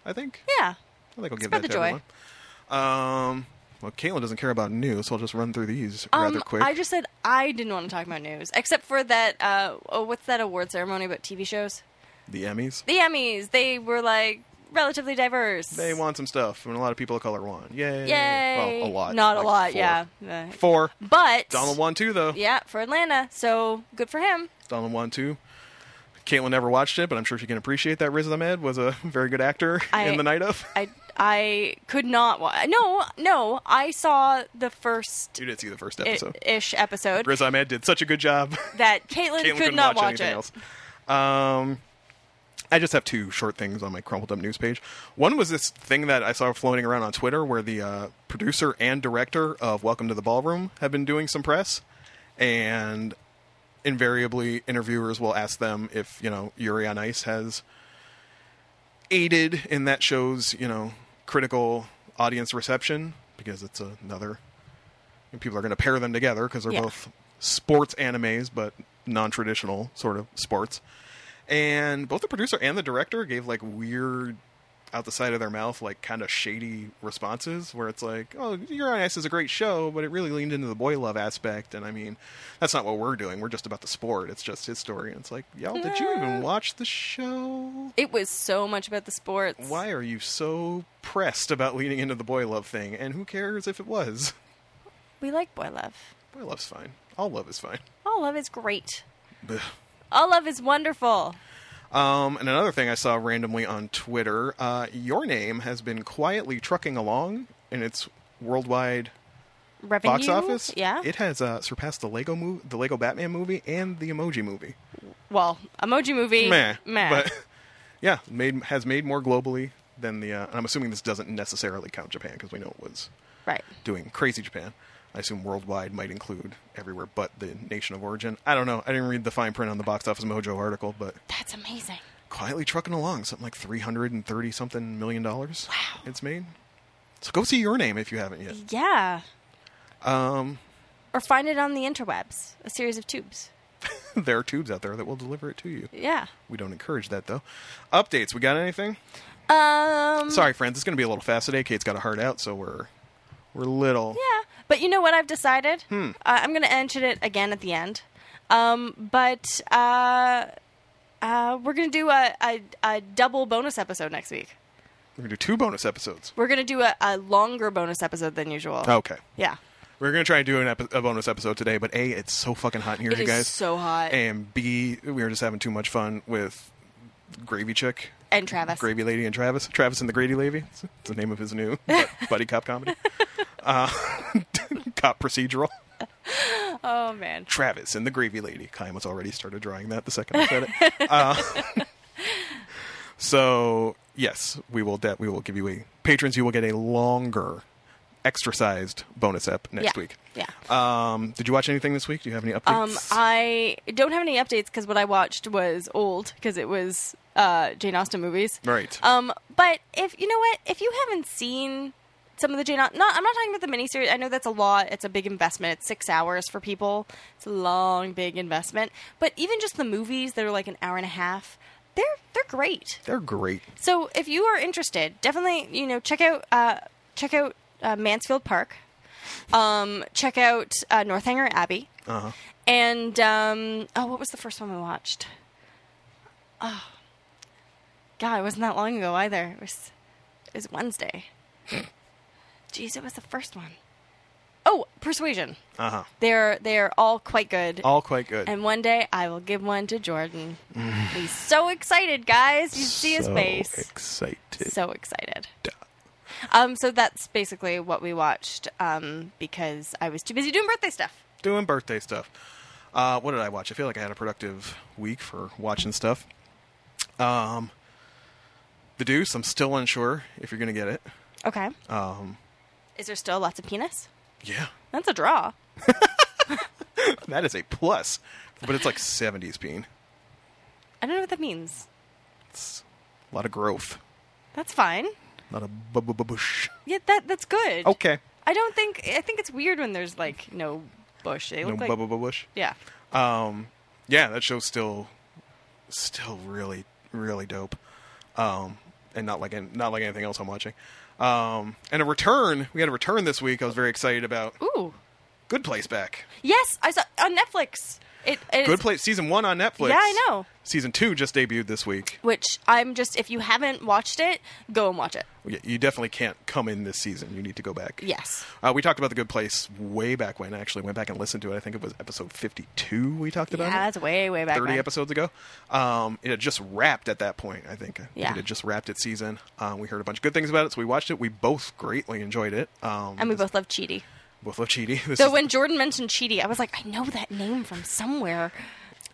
Speaker 3: I think.
Speaker 2: Yeah.
Speaker 3: I think I'll give
Speaker 2: Spread
Speaker 3: that
Speaker 2: the
Speaker 3: to
Speaker 2: joy.
Speaker 3: everyone. Um, well, Caitlin doesn't care about news, so I'll just run through these rather
Speaker 2: Um,
Speaker 3: quick.
Speaker 2: I just said I didn't want to talk about news, except for that. Uh, oh, what's that award ceremony about TV shows?
Speaker 3: the Emmys.
Speaker 2: The Emmys. They were like relatively diverse.
Speaker 3: They won some stuff, and a lot of people of color won. Yay!
Speaker 2: Yay!
Speaker 3: Well, a lot.
Speaker 2: Not
Speaker 3: like
Speaker 2: a lot.
Speaker 3: four.
Speaker 2: Yeah. Uh,
Speaker 3: Four.
Speaker 2: But
Speaker 3: Donald won two, though.
Speaker 2: Yeah, for Atlanta. So good for him.
Speaker 3: Donald won two. Caitlin never watched it, but I'm sure she can appreciate that Riz Ahmed was a very good actor
Speaker 2: I-
Speaker 3: in the night of.
Speaker 2: I I could not watch. No, no. I saw the first
Speaker 3: you did see the first
Speaker 2: i-
Speaker 3: episode.
Speaker 2: ish episode
Speaker 3: Riz Ahmed did such a good job.
Speaker 2: that Caitlin,
Speaker 3: Caitlin
Speaker 2: could
Speaker 3: couldn't
Speaker 2: not
Speaker 3: watch,
Speaker 2: watch,
Speaker 3: anything
Speaker 2: it.
Speaker 3: else. Um, I just have two short things on my crumpled up news page. One was this thing that I saw floating around on Twitter where the uh, producer and director of Welcome to the Ballroom have been doing some press, and invariably interviewers will ask them if you know Yuri on Ice has aided in that show's you know critical audience reception because it's another and people are going to pair them together because they're
Speaker 2: Yeah.
Speaker 3: both sports animes but non-traditional sort of sports and both the producer and the director gave like weird out the side of their mouth like kind of shady responses where it's like oh your on ice is a great show but it really leaned into the boy love aspect and i mean that's not what we're doing we're just about the sport it's just his story and it's like y'all did you even watch the show
Speaker 2: It was so much about the sports.
Speaker 3: why are you so pressed about leaning into the boy love thing and who cares if it was
Speaker 2: We like boy love.
Speaker 3: boy love's fine all love is fine
Speaker 2: All love is great.
Speaker 3: Blech.
Speaker 2: All love is wonderful.
Speaker 3: Um, and another thing I saw randomly on Twitter, uh, your name has been quietly trucking along in its worldwide
Speaker 2: Revenue.
Speaker 3: box office.
Speaker 2: Yeah.
Speaker 3: it has uh, surpassed the Lego movie, the Lego Batman movie, and the Emoji movie.
Speaker 2: well, emoji movie.
Speaker 3: Meh,
Speaker 2: Meh.
Speaker 3: but yeah, made has made more globally than the. Uh, and I'm assuming this doesn't necessarily count Japan because we know it was
Speaker 2: right.
Speaker 3: doing crazy Japan. I assume worldwide might include everywhere but the nation of origin. I don't know. I didn't read the fine print on the Box Office Mojo article, but
Speaker 2: That's amazing.
Speaker 3: quietly trucking along, something like three hundred and thirty something million dollars. Wow, it's made. So go see your name if you haven't yet.
Speaker 2: Yeah.
Speaker 3: Um,
Speaker 2: Or find it on the interwebs, a series of tubes.
Speaker 3: there are tubes out there that will deliver it to you.
Speaker 2: Yeah.
Speaker 3: We don't encourage that though. Updates. We got anything?
Speaker 2: Um.
Speaker 3: Sorry, friends. It's going to be a little fast today. Kate's got a heart out, so we're we're little.
Speaker 2: Yeah, but you know what I've decided?
Speaker 3: Hmm.
Speaker 2: Uh, I'm going to mention it again at the end. Um, but uh, uh, we're going to do a, a, a double bonus episode next week.
Speaker 3: We're gonna do two bonus episodes.
Speaker 2: We're going to do a, a longer bonus episode than usual.
Speaker 3: Okay.
Speaker 2: Yeah.
Speaker 3: We're gonna try and do an epi- a bonus episode today, but a it's so fucking hot in here,
Speaker 2: It
Speaker 3: you
Speaker 2: is
Speaker 3: guys.
Speaker 2: so hot. And,
Speaker 3: and b we were just having too much fun with Gravy Chick.
Speaker 2: Travis.
Speaker 3: Gravy Lady and Travis. Travis and the Grady Lady. It's the name of his new bu- buddy cop comedy. Uh, cop procedural.
Speaker 2: Oh, man.
Speaker 3: Travis and the Gravy Lady. Kyle was already started drawing that the second I said it. Uh, so yes, we will. De- we will give you a patrons. You will get a longer, extra-sized bonus app next
Speaker 2: yeah.
Speaker 3: week.
Speaker 2: Yeah.
Speaker 3: Um, did you watch anything this week? Do you have any
Speaker 2: Um,
Speaker 3: updates?
Speaker 2: I don't have any updates because what I watched was old because it was uh, Jane Austen movies.
Speaker 3: Right.
Speaker 2: Um, but if you know what, if you haven't seen some of the Jane, Austen, not I'm not talking about the miniseries. I know that's a lot. It's a big investment. It's six hours for people. It's a long, big investment. But even just the movies that are like an hour and a half. they're they're great.
Speaker 3: They're great.
Speaker 2: So if you are interested, definitely you know check out uh, check out uh, Mansfield Park, um, check out uh, Northanger Abbey,
Speaker 3: Uh-huh.
Speaker 2: and um, oh, what was the first one we watched? Oh, God, it wasn't that long ago either. It was it was Wednesday. Jeez, it was the first one. Oh, Persuasion.
Speaker 3: Uh-huh.
Speaker 2: They're they're all quite good.
Speaker 3: All quite good.
Speaker 2: And one day I will give one to Jordan. He's so excited, guys. You see his
Speaker 3: So
Speaker 2: face.
Speaker 3: Excited.
Speaker 2: So excited. Um, so that's basically what we watched um, because I was too busy doing birthday stuff.
Speaker 3: Doing birthday stuff. Uh, what did I watch? I feel like I had a productive week for watching stuff. Um, the Deuce. I'm still unsure if you're gonna get it.
Speaker 2: Okay.
Speaker 3: Um,
Speaker 2: Is there still lots of penis?
Speaker 3: yeah,
Speaker 2: That's a draw.
Speaker 3: that is a plus, but it's like 70s peen.
Speaker 2: I don't know what that means.
Speaker 3: It's a lot of growth,
Speaker 2: That's fine.
Speaker 3: not a bu- bu- bu- bush.
Speaker 2: Yeah, that that's good.
Speaker 3: Okay,
Speaker 2: I don't think I think it's weird when there's like no bush. They
Speaker 3: no
Speaker 2: look
Speaker 3: bu-
Speaker 2: like
Speaker 3: bu- bu- bush.
Speaker 2: yeah.
Speaker 3: Um, yeah, that show's still, still really, really dope. Um, and not like an- not like anything else I'm watching. Um, and a return. We had a return this week. I was very excited about.
Speaker 2: Ooh.
Speaker 3: Good Place back.
Speaker 2: Yes, I saw on Netflix. It, it
Speaker 3: Good Place season one on Netflix.
Speaker 2: Yeah, I know.
Speaker 3: Season two just debuted this week.
Speaker 2: which I'm just if you haven't watched it, go and watch it.
Speaker 3: Yeah, You definitely can't come in this season. You need to go back.
Speaker 2: Yes.
Speaker 3: Uh, we talked about the Good Place way back when. I actually went back and listened to it. I think it was episode fifty-two. We talked about
Speaker 2: Yeah,
Speaker 3: it
Speaker 2: that's way way back.
Speaker 3: thirty
Speaker 2: when.
Speaker 3: episodes ago. Um, it had just wrapped at that point. I think. I think
Speaker 2: Yeah.
Speaker 3: it had just wrapped its season. Um, we heard a bunch of good things about it, so we watched it. We both greatly enjoyed it. Um,
Speaker 2: And we
Speaker 3: this-
Speaker 2: both love Cheaty.
Speaker 3: both love Chidi. This,
Speaker 2: So
Speaker 3: is,
Speaker 2: when Jordan mentioned Cheaty, I was like, I know that name from somewhere.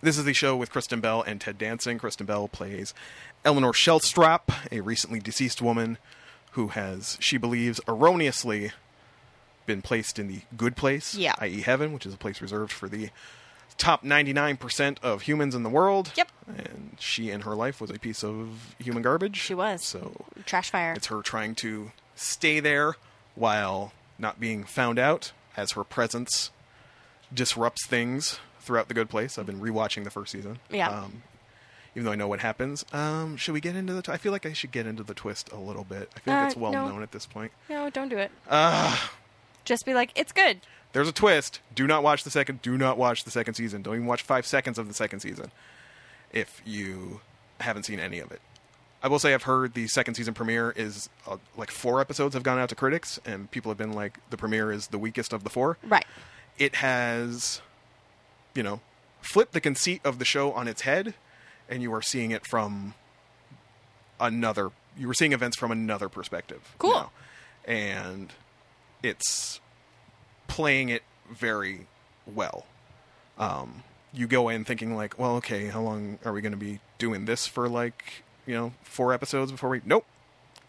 Speaker 3: this is the show with Kristen Bell and Ted Danson. Kristen Bell plays Eleanor Shellstrop, a recently deceased woman who has, she believes, erroneously been placed in the good place,
Speaker 2: Yeah.
Speaker 3: i.e., heaven, which is a place reserved for the top 99% of humans in the world.
Speaker 2: Yep.
Speaker 3: And she in her life was a piece of human garbage.
Speaker 2: She was.
Speaker 3: So
Speaker 2: Trash fire.
Speaker 3: It's her trying to stay there while not being found out as her presence disrupts things throughout the good place. I've been rewatching the first season.
Speaker 2: Yeah.
Speaker 3: Um, even though I know what happens. Um, should we get into the tw- I feel like I should get into the twist a little bit. I feel like
Speaker 2: Uh,
Speaker 3: it's well
Speaker 2: no.
Speaker 3: known at this point.
Speaker 2: No, don't do it. Just be like, it's good.
Speaker 3: There's a twist. Do not watch the second do not watch the second season. Don't even watch 5 seconds of the second season if you haven't seen any of it. I will say I've heard the second season premiere is uh, like four episodes have gone out to critics, and people have been like, the premiere is the weakest of the four.
Speaker 2: Right.
Speaker 3: It has, you know, flipped the conceit of the show on its head, and you are seeing it from another. You were seeing events from another perspective.
Speaker 2: Cool.
Speaker 3: now. and it's playing it very well Um, you go in thinking like, well, okay, how long are we going to be doing this for? Like, you know, four episodes before we nope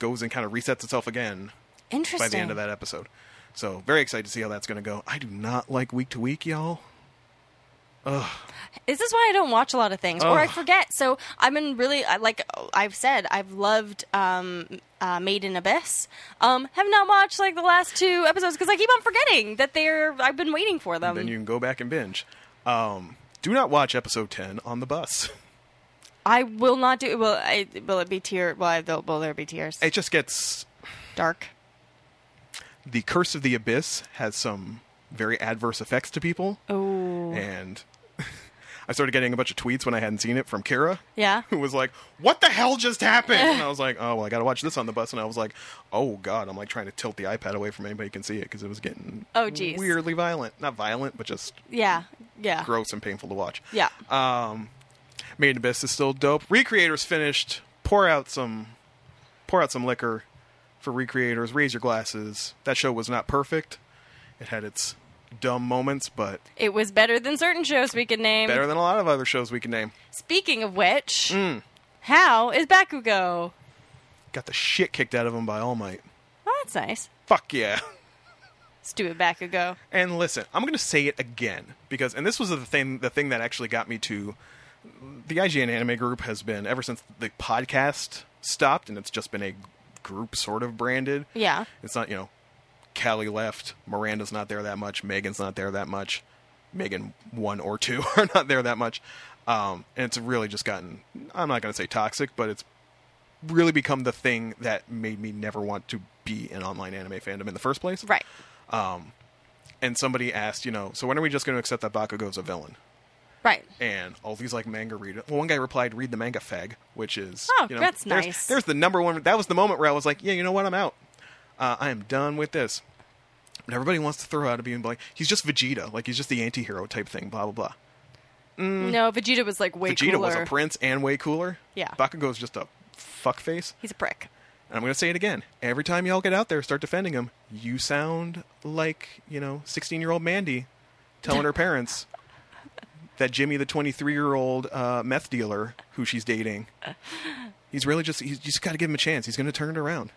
Speaker 3: goes and kind of resets itself again
Speaker 2: Interesting.
Speaker 3: by the end of that episode. So very excited to see how that's going to go. I do not like week to week, y'all.
Speaker 2: This is why I don't watch a lot of things, or I
Speaker 3: Ugh.
Speaker 2: forget. So I've been really, I- like I've said, I've loved um, uh, Made in Abyss. Um, have not watched like the last two episodes because I keep on forgetting that they're. I've been waiting for them.
Speaker 3: then you can go back and binge. Um, do not watch episode ten on the bus.
Speaker 2: I will not do. Will I? Will it be tear? Will, I, will there be tears?
Speaker 3: It just gets
Speaker 2: Dark.
Speaker 3: the curse of the abyss has some very adverse effects to people,
Speaker 2: Oh,
Speaker 3: and I started getting a bunch of tweets when I hadn't seen it from Kara.
Speaker 2: yeah.
Speaker 3: who was like, "What the hell just happened?" And I was like, "Oh, well, I got to watch this on the bus." And I was like, "Oh God!" I'm like trying to tilt the iPad away from anybody who can see it because it was getting
Speaker 2: Oh, geez.
Speaker 3: weirdly violent. Not violent, but just
Speaker 2: Yeah, yeah,
Speaker 3: gross and painful to watch.
Speaker 2: yeah.
Speaker 3: Made in Abyss is still dope. Recreators finished. Pour out some, pour out some liquor for Recreators. Raise your glasses. That show was not perfect. It had its dumb moments, but
Speaker 2: it was better than certain shows we could name.
Speaker 3: better than a lot of other shows we can name.
Speaker 2: Speaking of which,
Speaker 3: Mm.
Speaker 2: how is Bakugo?
Speaker 3: Got the shit kicked out of them by All Might.
Speaker 2: Oh, that's nice.
Speaker 3: Fuck yeah.
Speaker 2: Stupid Bakugo.
Speaker 3: And listen, I'm going to say it again because, and this was the thing, the thing that actually got me to the IGN Anime Group has been ever since the podcast stopped, and it's just been a group sort of branded.
Speaker 2: Yeah.
Speaker 3: It's not, you know, Callie left, Miranda's not there that much, Megan's not there that much, Megan one or two are not there that much. Um, and it's really just gotten, I'm not going to say toxic, but it's really become the thing that made me never want to be an online anime fandom in the first place.
Speaker 2: Right.
Speaker 3: And somebody asked, you know, so when are we just going to accept that Bakugo's a villain?
Speaker 2: Right.
Speaker 3: and all these like manga read. Well, one guy replied, "Read the manga, fag," which is
Speaker 2: Oh,
Speaker 3: you know,
Speaker 2: that's
Speaker 3: there's,
Speaker 2: nice.
Speaker 3: There's the number one. That was the moment where I was like, "Yeah, you know what? I'm out. Uh, I am done with this." And everybody wants to throw out a being like, "He's just Vegeta, like he's just the anti-hero type thing." Blah blah blah.
Speaker 2: No, Vegeta was like way
Speaker 3: Mm. Vegeta
Speaker 2: cooler.
Speaker 3: was a prince and way cooler.
Speaker 2: Yeah.
Speaker 3: Bakugo's just a fuckface.
Speaker 2: He's a prick.
Speaker 3: And I'm gonna say it again. Every time y'all get out there, start defending him. You sound like you know, 16 year old Mandy telling her parents that Jimmy, the 23 year old uh, meth dealer who she's dating, he's really just he's just got to give him a chance. He's gonna turn it around.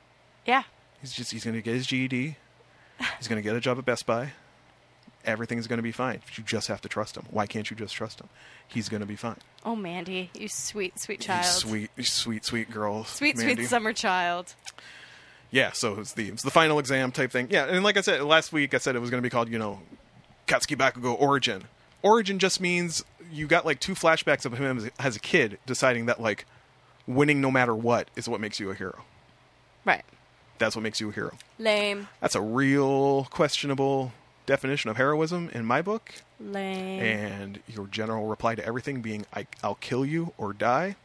Speaker 2: Yeah.
Speaker 3: He's just he's gonna get his GED. He's gonna get a job at Best Buy. Everything's gonna be fine. You just have to trust him. Why can't you just trust him? He's gonna be fine.
Speaker 2: Oh, Mandy, you sweet, sweet
Speaker 3: You
Speaker 2: child.
Speaker 3: Sweet, sweet, sweet girl.
Speaker 2: sweet,
Speaker 3: Mandy.
Speaker 2: sweet summer child.
Speaker 3: Yeah, so it's the it's the final exam type thing. Yeah, and like I said last week, I said it was going to be called you know, Katsuki Bakugo Origin. Origin just means you got like two flashbacks of him as, as a kid deciding that like winning no matter what is what makes you a hero.
Speaker 2: Right.
Speaker 3: That's what makes you a hero.
Speaker 2: Lame.
Speaker 3: That's a real questionable definition of heroism in my book.
Speaker 2: Lame.
Speaker 3: And your general reply to everything being I, "I'll kill you or die."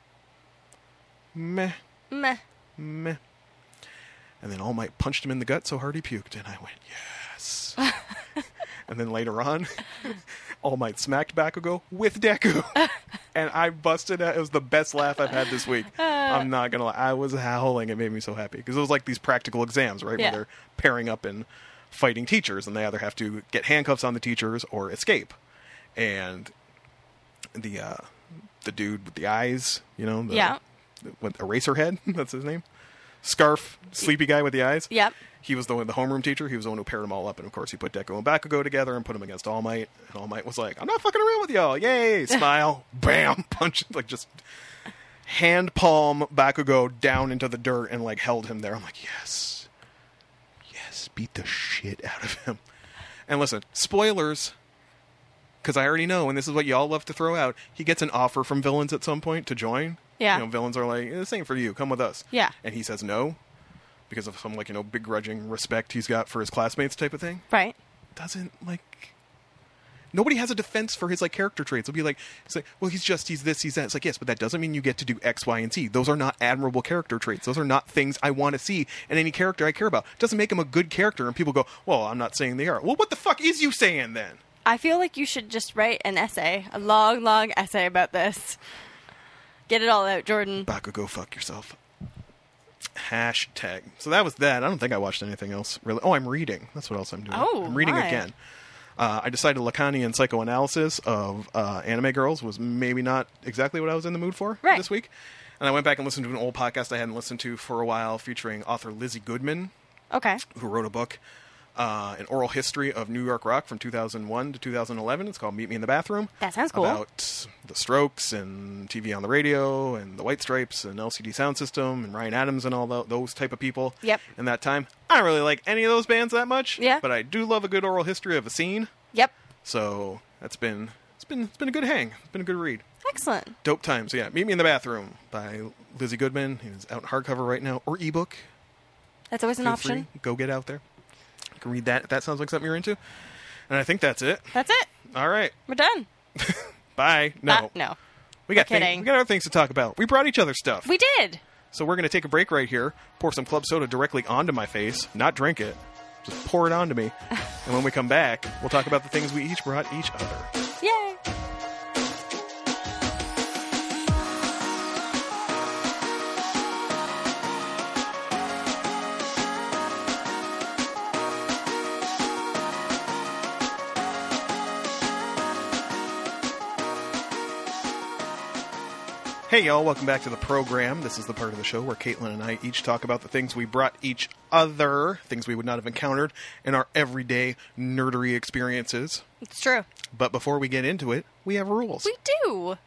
Speaker 3: Meh,
Speaker 2: Meh.
Speaker 3: meh. And then All Might punched him in the gut so hard he puked, and I went, yes. and then later on, All Might smacked Bakugo with Deku. and I busted out. It was the best laugh I've had this week. I'm not going to lie. I was howling. It made me so happy. Because it was like these practical exams, right?
Speaker 2: Yeah.
Speaker 3: Where they're pairing up and fighting teachers, and they either have to get handcuffs on the teachers or escape. And the uh, the dude with the eyes, you know, the,
Speaker 2: Yeah.
Speaker 3: with eraser head. That's his name. Scarf, sleepy guy with the eyes.
Speaker 2: Yep.
Speaker 3: He was the one, the homeroom teacher. He was the one who paired them all up, and of course, he put Deku and Bakugo together and put them against All Might. And All Might was like, "I'm not fucking around with y'all! Yay! Smile, bam, punch, like just hand palm Bakugo down into the dirt and like held him there. I'm like, yes, yes, beat the shit out of him. And listen, spoilers, because I already know, and this is what y'all love to throw out. He gets an offer from villains at some point to join.
Speaker 2: Yeah.
Speaker 3: you know, villains are like, "Eh, this ain't for you. Come with us.
Speaker 2: Yeah.
Speaker 3: and he says no because of some like you know begrudging respect he's got for his classmates type of thing
Speaker 2: Right.
Speaker 3: doesn't like nobody has a defense for his like character traits. It'll be like it's like well he's just he's this he's that. It's like yes, but that doesn't mean you get to do X, Y, and Z. Those are not admirable character traits. Those are not things I want to see in any character I care about. Doesn't make him a good character. And people go, well, I'm not saying they are. Well, what the fuck is you saying then?
Speaker 2: I feel like you should just write an essay, a long, long essay about this. Get it all out, Jordan.
Speaker 3: Bakugo, go fuck yourself. Hashtag. So that was that. I don't think I watched anything else really. Oh, I'm reading. That's what else I'm doing.
Speaker 2: Oh,
Speaker 3: I'm reading
Speaker 2: my.
Speaker 3: again. Uh, I decided Lacanian psychoanalysis of uh, anime girls was maybe not exactly what I was in the mood for
Speaker 2: Right.
Speaker 3: this week. And I went back and listened to an old podcast I hadn't listened to for a while featuring author Lizzie Goodman,
Speaker 2: Okay.
Speaker 3: who wrote a book, uh, an oral history of New York rock from 2001 to 2011. It's called Meet Me in the Bathroom.
Speaker 2: That sounds cool.
Speaker 3: About the Strokes and TV on the radio and the White Stripes and LCD Sound System and Ryan Adams and all tho- those type of people.
Speaker 2: Yep.
Speaker 3: In that time, I don't really like any of those bands that much.
Speaker 2: Yeah.
Speaker 3: But I do love a good oral history of a scene.
Speaker 2: Yep.
Speaker 3: So that's been it's been it's been a good hang. It's been a good read.
Speaker 2: Excellent.
Speaker 3: Dope Times. yeah, Meet Me in the Bathroom by Lizzie Goodman. It's out in hardcover right now or ebook
Speaker 2: That's always an
Speaker 3: feel
Speaker 2: option.
Speaker 3: free, Go get out there. You can read that if that sounds like something you're into. And I think that's it.
Speaker 2: That's it.
Speaker 3: All right.
Speaker 2: We're done.
Speaker 3: Bye. No.
Speaker 2: Ah, no.
Speaker 3: We got
Speaker 2: We're
Speaker 3: thing-
Speaker 2: kidding.
Speaker 3: we got other things to talk about. We brought each other stuff.
Speaker 2: We did.
Speaker 3: so we're going to take a break right here, pour some club soda directly onto my face, not drink it. Just pour it onto me. and when we come back, we'll talk about the things we each brought each other.
Speaker 2: Yay.
Speaker 3: Hey, y'all, welcome back to the program. This is the part of the show where Caitlin and I each talk about the things we brought each other, things we would not have encountered in our everyday nerdery experiences.
Speaker 2: It's true.
Speaker 3: But before we get into it, we have rules.
Speaker 2: We do.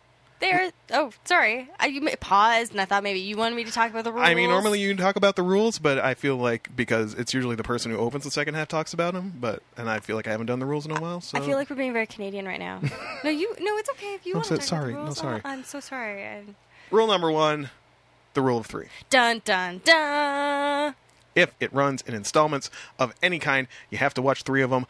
Speaker 2: There. Oh, sorry. I you ma- paused, and I thought maybe you wanted me to talk about the rules.
Speaker 3: I mean, normally you talk about the rules, but I feel like because it's usually the person who opens the second half talks about them, but and I feel like I haven't done the rules in a while. So
Speaker 2: I feel like we're being very Canadian right now. no, you. No, it's okay if you
Speaker 3: uh, No,
Speaker 2: want
Speaker 3: so-
Speaker 2: to talk
Speaker 3: sorry.
Speaker 2: about
Speaker 3: No,
Speaker 2: the rules.
Speaker 3: sorry.
Speaker 2: Oh, I'm so sorry. I'm...
Speaker 3: rule number one, the rule of three.
Speaker 2: Dun dun dun.
Speaker 3: If it runs in installments of any kind, you have to watch three of them.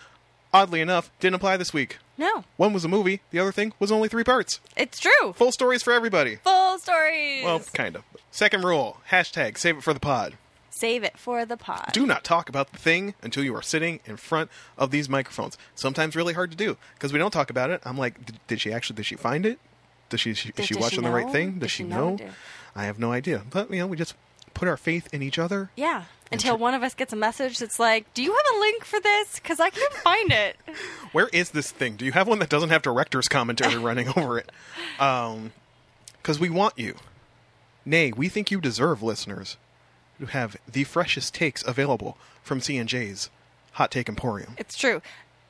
Speaker 3: Oddly enough, didn't apply this week.
Speaker 2: No,
Speaker 3: One was a movie. The other thing was only three parts.
Speaker 2: it's true.
Speaker 3: Full stories for everybody.
Speaker 2: Full stories.
Speaker 3: Well, kind of. Second rule hashtag save it for the pod.
Speaker 2: Save it for the pod.
Speaker 3: Do not talk about the thing until you are sitting in front of these microphones. Sometimes really hard to do because we don't talk about it. I'm like, did, did she actually? Did she find it? Does she? she
Speaker 2: Did-
Speaker 3: is she
Speaker 2: does she
Speaker 3: watching the right
Speaker 2: know?
Speaker 3: thing? Does
Speaker 2: Did
Speaker 3: she,
Speaker 2: she know?
Speaker 3: know?
Speaker 2: Did-
Speaker 3: I have no idea. But you know, we just put our faith in each other.
Speaker 2: Yeah. Until one of us gets a message that's like, "Do you have a link for this? Because I can't find it."
Speaker 3: Where is this thing? Do you have one that doesn't have director's commentary running over it? Um, because we want you. Nay, we think you deserve listeners who have the freshest takes available from C&J's Hot Take Emporium.
Speaker 2: It's true.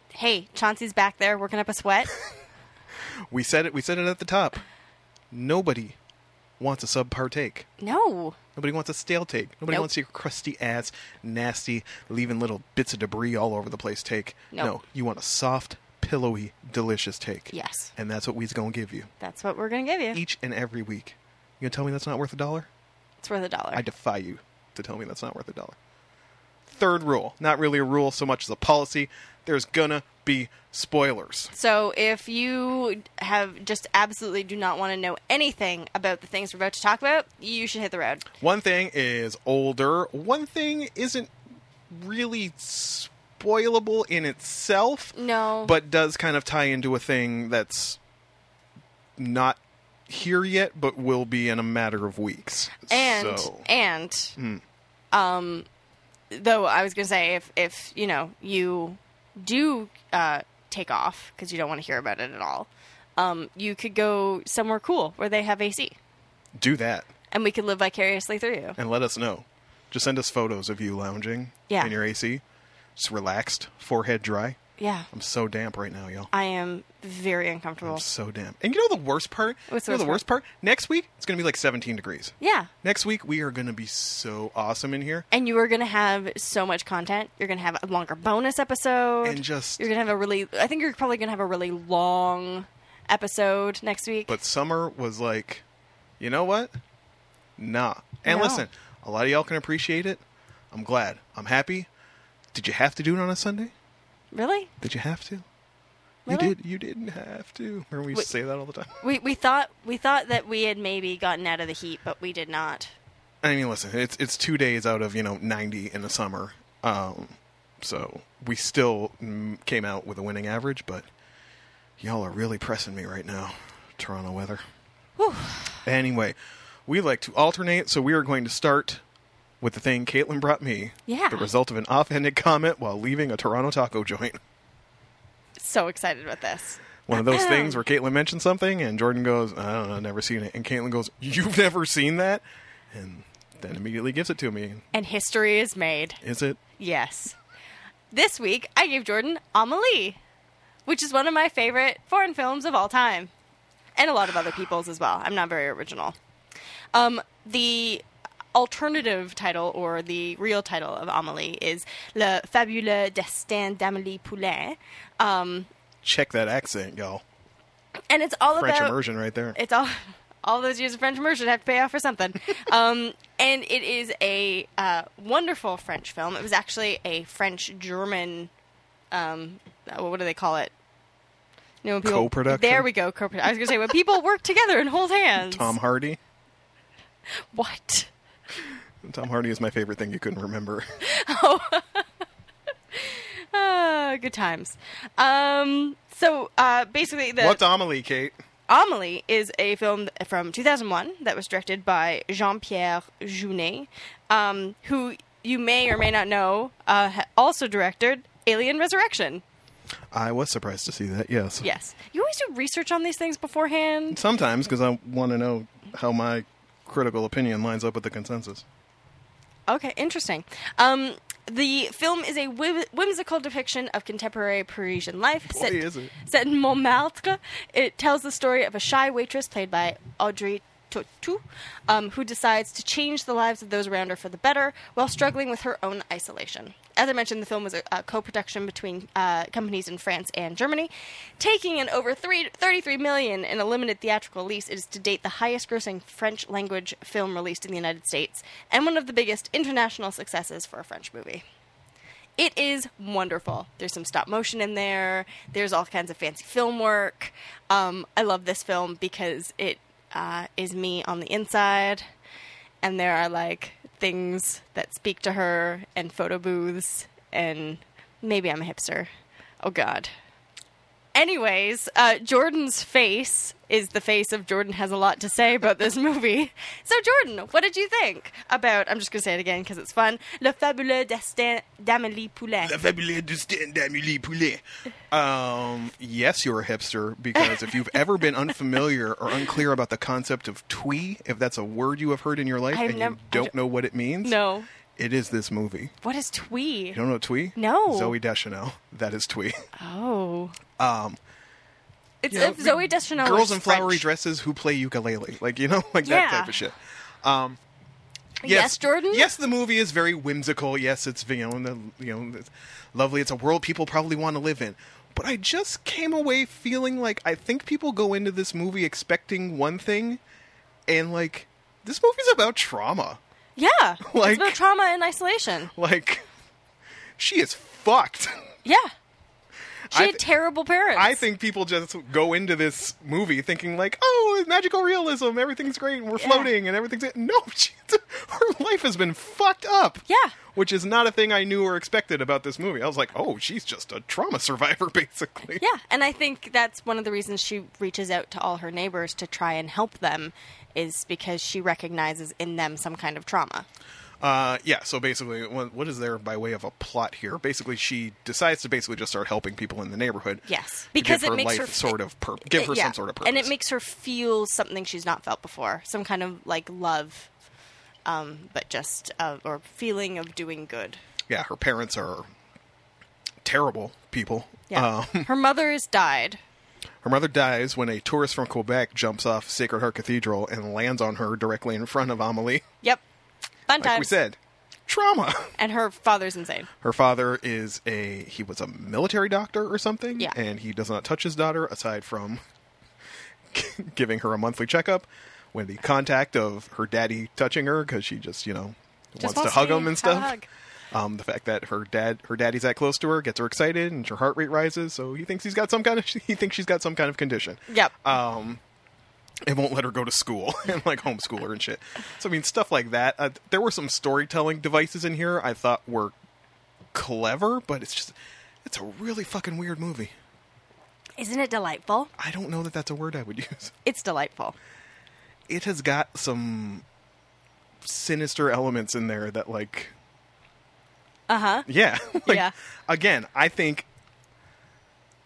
Speaker 2: Hey, Chauncey's back there working up a sweat.
Speaker 3: We said it. We said it at the top. Nobody wants a subpar take.
Speaker 2: No.
Speaker 3: Nobody wants a stale take. Nobody
Speaker 2: Nope.
Speaker 3: wants your crusty ass, nasty, leaving little bits of debris all over the place take.
Speaker 2: Nope.
Speaker 3: No, you want a soft, pillowy, delicious take.
Speaker 2: Yes.
Speaker 3: And that's what we's gonna give you
Speaker 2: That's what we're gonna give you.
Speaker 3: each and every week. You gonna tell me that's not worth a dollar?
Speaker 2: It's worth a dollar.
Speaker 3: I defy you to tell me that's not worth a dollar. Third rule, not really a rule so much as a policy. There's gonna be spoilers.
Speaker 2: so if you have just absolutely do not want to know anything about the things we're about to talk about, you should hit the road.
Speaker 3: One thing is older. One thing isn't really spoilable in itself,
Speaker 2: No.
Speaker 3: but does kind of tie into a thing that's not here yet, but will be in a matter of weeks.
Speaker 2: and
Speaker 3: So- Hmm.
Speaker 2: and um though i was gonna say if if you know you do uh take off because you don't want to hear about it at all um you could go somewhere cool where they have ac
Speaker 3: do that
Speaker 2: and we could live vicariously through you
Speaker 3: and let us know. Just send us photos of you lounging
Speaker 2: Yeah.
Speaker 3: in your AC, just relaxed, forehead dry.
Speaker 2: yeah
Speaker 3: I'm so damp right now, y'all.
Speaker 2: i am very uncomfortable
Speaker 3: I'm so damp. And you know the worst part?
Speaker 2: What's the
Speaker 3: you know
Speaker 2: worst
Speaker 3: the worst part? Next week it's going to be like 17 degrees.
Speaker 2: yeah
Speaker 3: Next week we are going to be so awesome in here.
Speaker 2: and you are gonna have so much content you're gonna have a longer bonus episode
Speaker 3: And just-
Speaker 2: you're gonna have a really i think you're probably gonna have a really long episode next week
Speaker 3: But summer was like, you know what? Nah. And
Speaker 2: No.
Speaker 3: listen, a lot of y'all can appreciate it. I'm glad. I'm happy. Did you have to do it on a Sunday?
Speaker 2: really
Speaker 3: Did you have to?
Speaker 2: Really?
Speaker 3: You did. You didn't have to. Remember we
Speaker 2: Wait.
Speaker 3: used to say that all the time.
Speaker 2: We we thought we thought that we had maybe gotten out of the heat, but we did not.
Speaker 3: I mean, listen, it's it's two days out of you know 90 in the summer. Um, so we still mm, came out with a winning average, but y'all are really pressing me right now, Toronto weather. Anyway, we like to alternate, so we are going to start with the thing Caitlin brought me.
Speaker 2: Yeah.
Speaker 3: The result of an offhanded comment while leaving a Toronto taco joint.
Speaker 2: So excited about this.
Speaker 3: One of those things where Caitlin mentioned something and Jordan goes, I don't know, never seen it. And Caitlin goes, You've never seen that? And then immediately gives it to me.
Speaker 2: And history is made.
Speaker 3: Is it?
Speaker 2: Yes. This week I gave Jordan Amelie, which is one of my favorite foreign films of all time. And a lot of other people's as well. I'm not very original. Um, the alternative title or the real title of Amelie is Le Fabuleux Destin d'Amélie Poulain. Um,
Speaker 3: Check that accent, y'all.
Speaker 2: and it's all
Speaker 3: French
Speaker 2: about
Speaker 3: immersion right there.
Speaker 2: it's all all those years of French immersion have to pay off for something. um, and it is a uh, wonderful French film. It was actually a French German. Um, uh, what do they call it? You know, when people-
Speaker 3: Co-production?
Speaker 2: There we go. Co-production. I was going to say when people work together and hold hands.
Speaker 3: Tom Hardy.
Speaker 2: What?
Speaker 3: Tom Hardy is my favorite thing you couldn't remember.
Speaker 2: Ah, good times. Um, so uh, basically, the
Speaker 3: What's Amelie, Kate?
Speaker 2: Amelie is a film th- from 2001 that was directed by Jean-Pierre Jeunet, um, who you may or may not know uh, ha- also directed Alien Resurrection.
Speaker 3: I was surprised to see that, yes.
Speaker 2: Yes, you always do research on these things beforehand.
Speaker 3: Sometimes, because I want to know how my critical opinion lines up with the consensus.
Speaker 2: Okay, interesting. Um, The film is a whim- whimsical depiction of contemporary Parisian life.
Speaker 3: Boy,
Speaker 2: set,
Speaker 3: is it.
Speaker 2: set in Montmartre, it tells the story of a shy waitress played by Audrey Tautou, um, who decides to change the lives of those around her for the better while struggling with her own isolation. As I mentioned, the film was a, a co-production between uh, companies in France and Germany, taking in over three, 33 million in a limited theatrical release. It is to date the highest-grossing French-language film released in the United States and one of the biggest international successes for a French movie. It is wonderful. There's some stop motion in there. There's all kinds of fancy film work. Um, I love this film because it uh, is me on the inside, and there are like things that speak to her and photo booths, and maybe I'm a hipster. Oh God. Anyways, uh, Jordan's face is the face of Jordan has a lot to say about this movie. So, Jordan, what did you think about? I'm just gonna say it again because it's fun. Le fabuleux destin d'Amélie Poulain.
Speaker 3: La Fabuleux du Stand Amélie Poulet. Um, yes, you're a hipster because if you've ever been unfamiliar or unclear about the concept of twee, if that's a word you have heard in your life
Speaker 2: I've
Speaker 3: and
Speaker 2: nev-
Speaker 3: you
Speaker 2: I
Speaker 3: don't
Speaker 2: don't-
Speaker 3: know what it means,
Speaker 2: No,
Speaker 3: it is this movie.
Speaker 2: what is twee?
Speaker 3: You don't know twee?
Speaker 2: No.
Speaker 3: Zoe Deschanel. That is twee.
Speaker 2: Oh,
Speaker 3: Um,
Speaker 2: it's
Speaker 3: you know,
Speaker 2: if Zoe Deschanel.
Speaker 3: Girls
Speaker 2: was
Speaker 3: in flowery
Speaker 2: French.
Speaker 3: dresses who play ukulele. Like, you know, like that
Speaker 2: Yeah.
Speaker 3: type of shit. Um,
Speaker 2: Yes, Jordan.
Speaker 3: Yes, the movie is very whimsical. Yes, it's you know, the, you know, it's lovely. It's a world people probably want to live in. But I just came away feeling like I think people go into this movie expecting one thing, and like this movie's about trauma.
Speaker 2: Yeah.
Speaker 3: Like-
Speaker 2: it's about trauma and isolation.
Speaker 3: Like she is fucked.
Speaker 2: Yeah. She
Speaker 3: I
Speaker 2: had
Speaker 3: th-
Speaker 2: terrible parents.
Speaker 3: I think people just go into this movie thinking like, oh, magical realism, everything's great, and we're
Speaker 2: Yeah.
Speaker 3: floating, and everything's no. She, her life has been fucked up.
Speaker 2: Yeah.
Speaker 3: which is not a thing I knew or expected about this movie. I was like, oh, she's just a trauma survivor, basically.
Speaker 2: Yeah, and I think that's one of the reasons she reaches out to all her neighbors to try and help them is because she recognizes in them some kind of trauma.
Speaker 3: Uh, yeah. So basically, what, what is there by way of a plot here? Basically, she decides to basically just start helping people in the neighborhood.
Speaker 2: Yes,
Speaker 3: to
Speaker 2: because
Speaker 3: give
Speaker 2: it makes
Speaker 3: life
Speaker 2: her
Speaker 3: sort of pur- give her
Speaker 2: Yeah,
Speaker 3: some sort of purpose,
Speaker 2: and it makes her feel something she's not felt before, some kind of like love, um, but just uh, or feeling of doing good.
Speaker 3: yeah, her parents are terrible people.
Speaker 2: Yeah,
Speaker 3: Um,
Speaker 2: her mother has died.
Speaker 3: Her mother dies when a tourist from Quebec jumps off Sacred Heart Cathedral and lands on her directly in front of Amelie.
Speaker 2: Yep, fun
Speaker 3: Like
Speaker 2: times.
Speaker 3: we said, trauma.
Speaker 2: and her father's insane.
Speaker 3: Her father is a he was a military doctor or something,
Speaker 2: Yeah.
Speaker 3: and he does not touch his daughter aside from giving her a monthly checkup. When the contact of her daddy touching her because she just you know
Speaker 2: Just
Speaker 3: wants, to
Speaker 2: wants
Speaker 3: hug
Speaker 2: to
Speaker 3: him
Speaker 2: have a
Speaker 3: and stuff.
Speaker 2: hug.
Speaker 3: Um, the fact that her dad her daddy's that close to her gets her excited and her heart rate rises, so he thinks he's got some kind of he thinks she's got some kind of condition
Speaker 2: Yep.
Speaker 3: um, and won't let her go to school and like homeschool her and shit. So I mean, stuff like that. Uh, there were some storytelling devices in here I thought were clever, but it's just it's a really fucking weird movie.
Speaker 2: Isn't it delightful?
Speaker 3: I don't know that that's a word I would use.
Speaker 2: It's delightful.
Speaker 3: It has got some sinister elements in there that like
Speaker 2: Uh huh.
Speaker 3: Yeah. Like,
Speaker 2: Yeah.
Speaker 3: Again, I think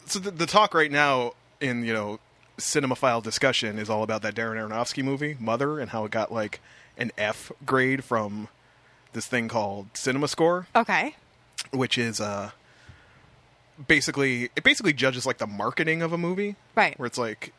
Speaker 3: so. The, the talk right now in you know cinemaphile discussion is all about that Darren Aronofsky movie Mother and how it got like an F grade from this thing called Cinema Score,
Speaker 2: Okay.
Speaker 3: which is uh basically it basically judges like the marketing of a movie,
Speaker 2: Right.
Speaker 3: Where it's like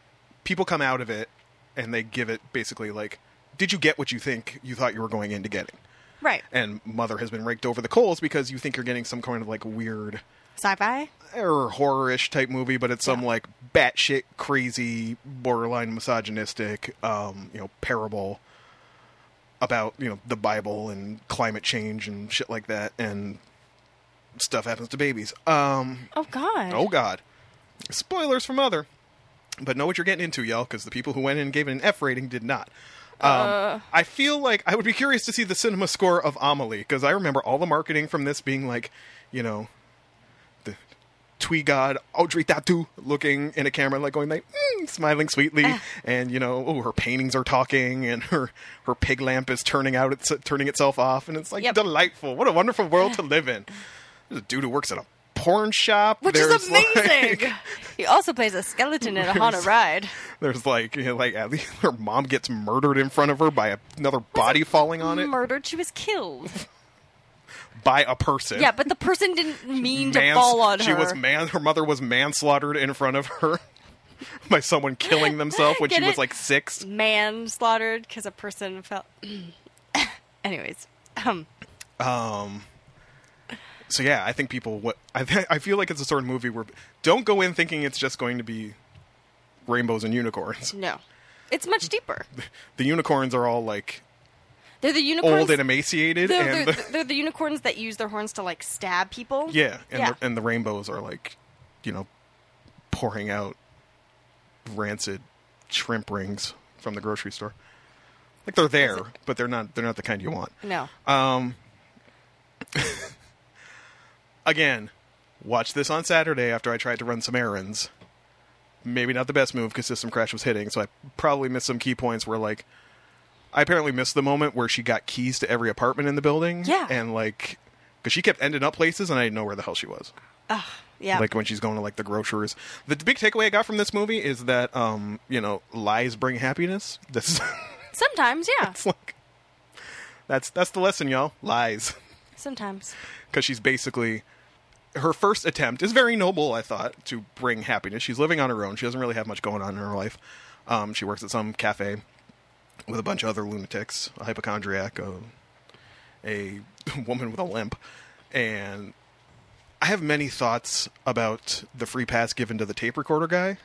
Speaker 3: people come out of it and they give it basically like, did you get what you think you thought you were going into getting?
Speaker 2: Right.
Speaker 3: and mother has been raked over the coals because you think you're getting some kind of like weird
Speaker 2: Sci-fi.
Speaker 3: or horror-ish type movie, but it's some
Speaker 2: Yeah.
Speaker 3: like batshit crazy, borderline misogynistic, um, you know, parable about you know the Bible and climate change and shit like that, and stuff happens to babies. Um,
Speaker 2: Oh God.
Speaker 3: oh God, spoilers for Mother, but know what you're getting into, y'all, because the people who went in and gave it an F rating did not. Um,
Speaker 2: Uh.
Speaker 3: I feel like I would be curious to see the cinema score of Amelie because I remember all the marketing from this being like, you know, the twee god Audrey Tatu looking in a camera, like going like mm, smiling sweetly,
Speaker 2: Ah.
Speaker 3: and you know, oh, her paintings are talking, and her her pig lamp is turning out, it's turning itself off, and it's like
Speaker 2: Yep.
Speaker 3: delightful. What a wonderful world to live in. There's a dude who works at a porn shop,
Speaker 2: Which
Speaker 3: There's,
Speaker 2: is amazing.
Speaker 3: Like,
Speaker 2: he also plays a skeleton in a
Speaker 3: There's-
Speaker 2: haunted ride.
Speaker 3: there's like, you know, like at least her mom gets murdered in front of her by another body falling on it.
Speaker 2: Murdered. She was killed.
Speaker 3: by a person.
Speaker 2: Yeah, but the person didn't mean to
Speaker 3: Mans-
Speaker 2: fall on
Speaker 3: she
Speaker 2: her.
Speaker 3: was man. Her mother was manslaughtered in front of her by someone killing themselves when
Speaker 2: Get
Speaker 3: she was
Speaker 2: it?
Speaker 3: like six.
Speaker 2: man slaughtered because a person fell. Anyways, um,
Speaker 3: So yeah, I think people. What I th- I feel like it's a sort of movie where don't go in thinking it's just going to be rainbows and unicorns.
Speaker 2: no, it's much deeper.
Speaker 3: The unicorns are all like
Speaker 2: They're the unicorns.
Speaker 3: old and emaciated,
Speaker 2: they're,
Speaker 3: and
Speaker 2: they're,
Speaker 3: the-
Speaker 2: they're the unicorns that use their horns to like stab people.
Speaker 3: yeah, and
Speaker 2: yeah.
Speaker 3: The, and the rainbows are like, you know, pouring out rancid shrimp rings from the grocery store. Like they're there, but they're not. They're not the kind you want.
Speaker 2: no.
Speaker 3: Um, Again, watch this on Saturday after I tried to run some errands. Maybe not the best move because System Crash was hitting, so I probably missed some key points where like I apparently missed the moment where she got keys to every apartment in the building.
Speaker 2: Yeah.
Speaker 3: and like because she kept ending up places and I didn't know where the hell she was.
Speaker 2: yeah.
Speaker 3: like when she's going to like the grocers. The big takeaway I got from this movie is that um, you know, lies bring happiness. That's
Speaker 2: Sometimes, yeah.
Speaker 3: it's like that's that's the lesson, y'all. Lies.
Speaker 2: Sometimes.
Speaker 3: Cuz she's basically her first attempt is very noble, I thought, to bring happiness. She's living on her own. She doesn't really have much going on in her life. Um, she works at some cafe with a bunch of other lunatics, a hypochondriac, a, a woman with a limp, and I have many thoughts about the free pass given to the tape recorder guy.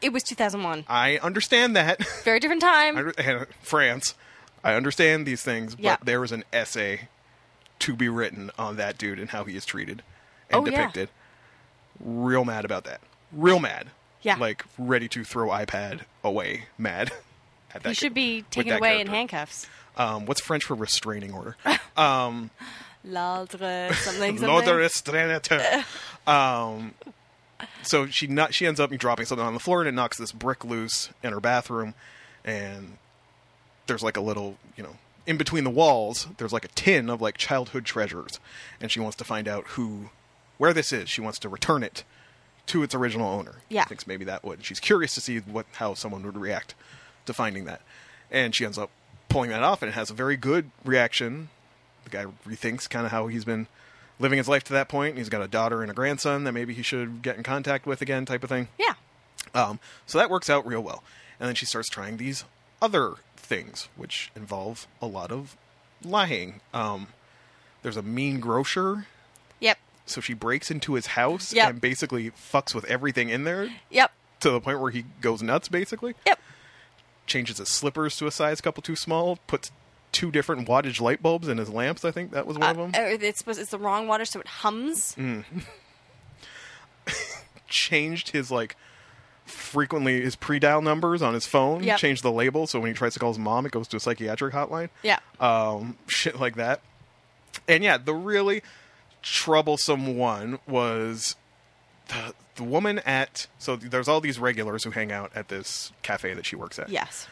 Speaker 2: It was 2001.
Speaker 3: I understand that,
Speaker 2: Very different time.
Speaker 3: I under- and uh, France. I understand these things, but
Speaker 2: Yeah.
Speaker 3: there was an essay to be written on that dude and how he is treated and
Speaker 2: Oh, yeah.
Speaker 3: depicted. Real mad about that. Real mad.
Speaker 2: Yeah.
Speaker 3: Like ready to throw iPad away. Mad. At that
Speaker 2: you should
Speaker 3: ca-
Speaker 2: be
Speaker 3: with
Speaker 2: taken
Speaker 3: that
Speaker 2: away in
Speaker 3: character.
Speaker 2: handcuffs.
Speaker 3: Um, what's French for restraining order?
Speaker 2: L'ordre, something, something.
Speaker 3: L'ordre restrainateur. Um, so she not, she ends up dropping something on the floor and it knocks this brick loose in her bathroom, and there's like a little you know in between the walls there's like a tin of like childhood treasures, and she wants to find out who where this is. She wants to return it to its original owner.
Speaker 2: Yeah.
Speaker 3: thinks maybe that would. She's curious to see what how someone would react to finding that, and she ends up pulling that off and it has a very good reaction the guy rethinks kind of how he's been living his life to that point. He's got a daughter and a grandson that maybe he should get in contact with again, type of thing.
Speaker 2: Yeah.
Speaker 3: Um, so that works out real well. And then she starts trying these other things, which involve a lot of lying. Um, there's a mean grocer,
Speaker 2: Yep.
Speaker 3: so she breaks into his house
Speaker 2: Yep.
Speaker 3: and basically fucks with everything in there
Speaker 2: Yep.
Speaker 3: to the point where he goes nuts, basically
Speaker 2: Yep.
Speaker 3: changes his slippers to a size couple too small, puts two different wattage light bulbs in his lamps. I think that was one of them. Mm.
Speaker 2: Uh, uh, it's, supposed- it's the wrong water, so it hums.
Speaker 3: Changed his like frequently his pre-dial numbers on his phone.
Speaker 2: Yep.
Speaker 3: Changed the label so when he tries to call his mom, it goes to a psychiatric hotline.
Speaker 2: Yeah.
Speaker 3: Um, shit like that. And yeah, the really troublesome one was the the woman at so there's all these regulars who hang out at this cafe that she works at.
Speaker 2: Yes.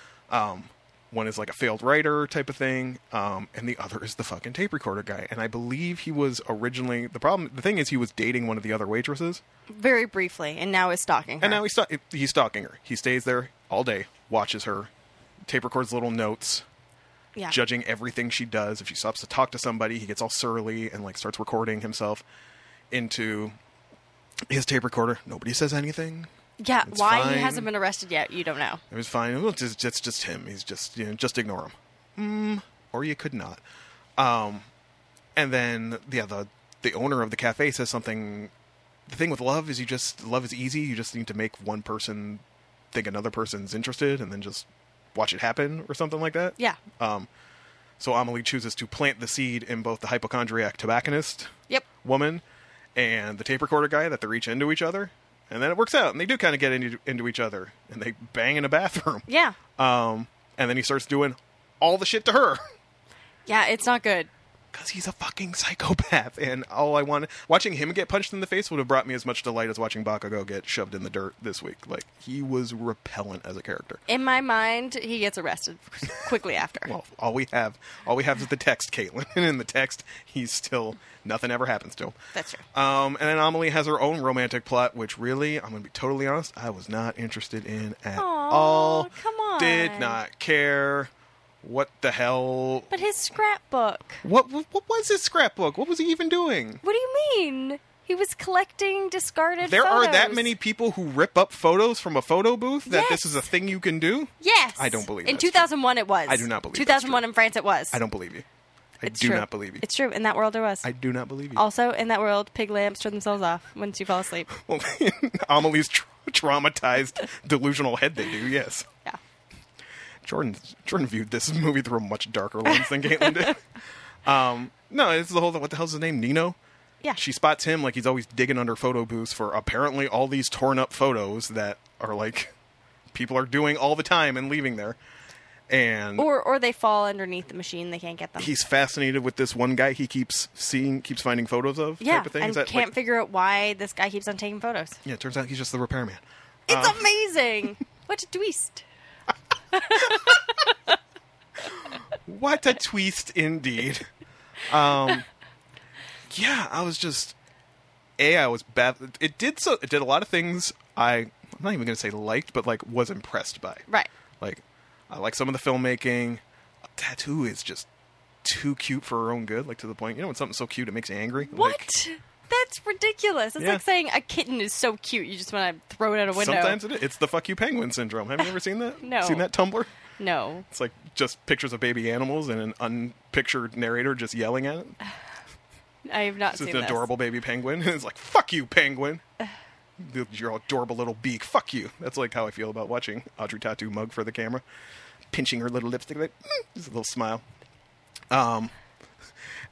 Speaker 3: One is like a failed writer type of thing, um, and the other is the fucking tape recorder guy. And I believe he was originally the problem. The thing is, he was dating one of the other waitresses,
Speaker 2: Very briefly, and now it's stalking her.
Speaker 3: and now he's stalk- he's stalking her. He stays there all day, watches her, tape records little notes,
Speaker 2: yeah.
Speaker 3: judging everything she does. If she stops to talk to somebody, he gets all surly and like starts recording himself into his tape recorder. Nobody says anything.
Speaker 2: yeah.
Speaker 3: it's
Speaker 2: Why
Speaker 3: fine.
Speaker 2: he hasn't been arrested yet, you don't know.
Speaker 3: It was fine. Well, just, just, just him. He's just, you know, just ignore him. Mm, or you could not. Um, and then, yeah, the the owner of the cafe says something. The thing with love is you just love is easy. You just need to make one person think another person's interested, and then just watch it happen or something like that.
Speaker 2: Yeah.
Speaker 3: Um, so Amelie chooses to plant the seed in both the hypochondriac tobacconist
Speaker 2: Yep.
Speaker 3: woman and the tape recorder guy that they reach into each other, and then it works out, and they do kind of get into, into each other, and they bang in a bathroom.
Speaker 2: Yeah.
Speaker 3: Um, and then he starts doing all the shit to her
Speaker 2: Yeah, it's not good.
Speaker 3: because he's a fucking psychopath. And all I wanted watching him get punched in the face would have brought me as much delight as watching Bakugo get shoved in the dirt this week. Like he was repellent as a character.
Speaker 2: In my mind, he gets arrested quickly after.
Speaker 3: Well, all we have, all we have is the text, Caitlin, and in the text, he's still nothing ever happens to him.
Speaker 2: That's true.
Speaker 3: Um, and then Amelie has her own romantic plot, which really, I'm going to be totally honest, I was not interested in at
Speaker 2: Aw,
Speaker 3: all.
Speaker 2: come on.
Speaker 3: Did not care. what the hell?
Speaker 2: But his scrapbook.
Speaker 3: What what was his scrapbook? What was he even doing?
Speaker 2: What do you mean? He was collecting discarded.
Speaker 3: There are that
Speaker 2: photos.
Speaker 3: many people who rip up photos from a photo booth that this
Speaker 2: Yes.
Speaker 3: is a thing you can do.
Speaker 2: Yes.
Speaker 3: I don't believe
Speaker 2: In
Speaker 3: that's true.
Speaker 2: 2001, it was.
Speaker 3: I do not believe that's
Speaker 2: 2001
Speaker 3: true.
Speaker 2: in France, it was.
Speaker 3: I don't believe you. I
Speaker 2: It's
Speaker 3: do
Speaker 2: true.
Speaker 3: not believe you.
Speaker 2: It's true. In that world, it was.
Speaker 3: I do not believe you.
Speaker 2: also, in that world, pig lamps turn themselves off once you fall asleep.
Speaker 3: Well, Amelie's tra- traumatized, delusional head. They do, yes.
Speaker 2: Yeah.
Speaker 3: Jordan Jordan viewed this movie through a much darker lens than Caitlin did. Um, no, it's the whole what the hell's his name? Nino.
Speaker 2: Yeah.
Speaker 3: She spots him like he's always digging under photo booths for apparently all these torn up photos that are like people are doing all the time and leaving there. And
Speaker 2: Or, or they fall underneath the machine. They can't get them.
Speaker 3: he's fascinated with this one guy he keeps seeing, keeps finding photos of.
Speaker 2: yeah.
Speaker 3: type of thing.
Speaker 2: And
Speaker 3: Is that,
Speaker 2: can't
Speaker 3: like- Uh.
Speaker 2: figure out why this guy keeps on taking photos.
Speaker 3: yeah, it turns out he's just the repairman.
Speaker 2: It's amazing. what a twist.
Speaker 3: What a twist indeed. Um, yeah, I was just a. I was baffled. It did so. It did a lot of things. I I'm not even gonna say liked, but like was impressed by.
Speaker 2: Right.
Speaker 3: Like I like some of the filmmaking. Tattoo is just too cute for her own good. Like to the point, you know, when something's so cute it makes you angry.
Speaker 2: What?
Speaker 3: Like,
Speaker 2: That's ridiculous. That's
Speaker 3: Yeah.
Speaker 2: like saying a kitten is so cute you just want to throw it out a window.
Speaker 3: sometimes it is. it's the fuck you penguin syndrome. Have you ever seen that?
Speaker 2: No.
Speaker 3: Seen that Tumblr?
Speaker 2: no.
Speaker 3: It's like just pictures of baby animals and an unpictured narrator just yelling at it.
Speaker 2: I have not
Speaker 3: This
Speaker 2: seen
Speaker 3: is an
Speaker 2: this.
Speaker 3: adorable baby penguin. it's like, fuck you, penguin. With Your adorable little beak. Fuck you. That's like how I feel about watching Audrey Tattoo mug for the camera, pinching her little lipstick, like "Mm," just a little smile. Um,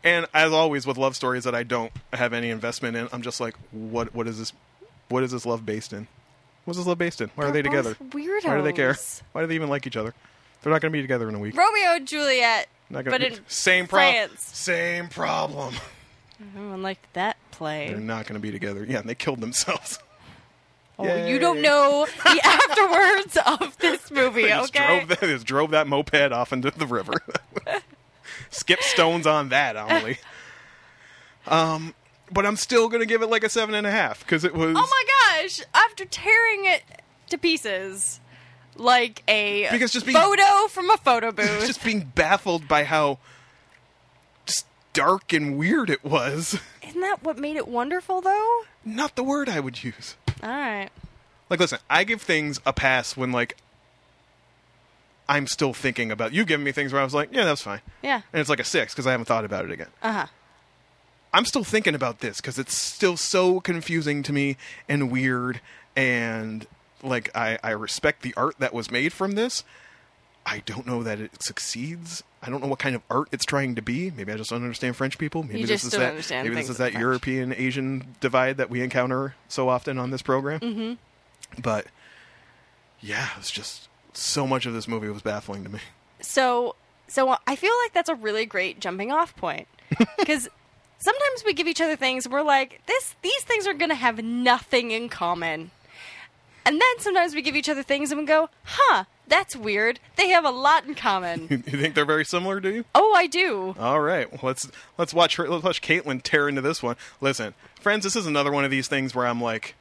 Speaker 3: and as always with love stories that I don't have any investment in, I'm just like, what? What is this? What is this love based in? What's this love based in? Why are
Speaker 2: They're
Speaker 3: they together?
Speaker 2: both
Speaker 3: Why do they care?
Speaker 2: weirdos.
Speaker 3: Why do they even like each other? They're not going to be together in a week.
Speaker 2: Romeo and Juliet.
Speaker 3: Not gonna-
Speaker 2: but in
Speaker 3: same problem.
Speaker 2: France.
Speaker 3: Same problem.
Speaker 2: Everyone liked that play.
Speaker 3: They're not going to be together. Yeah, and they killed themselves.
Speaker 2: Oh,
Speaker 3: Yay.
Speaker 2: you don't know the afterwards of this movie,
Speaker 3: They just,
Speaker 2: okay?
Speaker 3: drove that, they just drove that moped off into the river. Skip stones on that, Amelie. Um, but I'm still going to give it like a seven and a half because it was
Speaker 2: oh my gosh! After tearing it to pieces, like a
Speaker 3: Because just being-
Speaker 2: photo from a photo booth.
Speaker 3: just being baffled by how just dark and weird it was.
Speaker 2: Isn't that what made it wonderful, though?
Speaker 3: Not the word I would use.
Speaker 2: All right.
Speaker 3: Like, listen, I give things a pass when like I'm still thinking about. You giving me things where I was like, yeah, that's fine,
Speaker 2: Yeah.
Speaker 3: and it's like a six because I haven't thought about it again.
Speaker 2: Uh huh.
Speaker 3: I'm still thinking about this because it's still so confusing to me and weird. And like, I, I respect the art that was made from this. I don't know that it succeeds. I don't know what kind of art it's trying to be. Maybe I just don't understand French people. Maybe
Speaker 2: You
Speaker 3: this
Speaker 2: just
Speaker 3: is
Speaker 2: don't
Speaker 3: that.
Speaker 2: understand
Speaker 3: maybe this
Speaker 2: things
Speaker 3: is
Speaker 2: in
Speaker 3: that
Speaker 2: French.
Speaker 3: European Asian divide that we encounter so often on this program. Mm-hmm. But yeah, it's just so much of this movie was baffling to me.
Speaker 2: So, so I feel like that's a really great jumping off point because sometimes we give each other things. We're like, this, these things are going to have nothing in common. And then sometimes we give each other things and we go, huh, that's weird. They have a lot in common.
Speaker 3: you think they're very similar? Do you?
Speaker 2: oh, I do.
Speaker 3: All right, well, let's let's watch her, let's watch Caitlin tear into this one. Listen, friends, this is another one of these things where I'm like,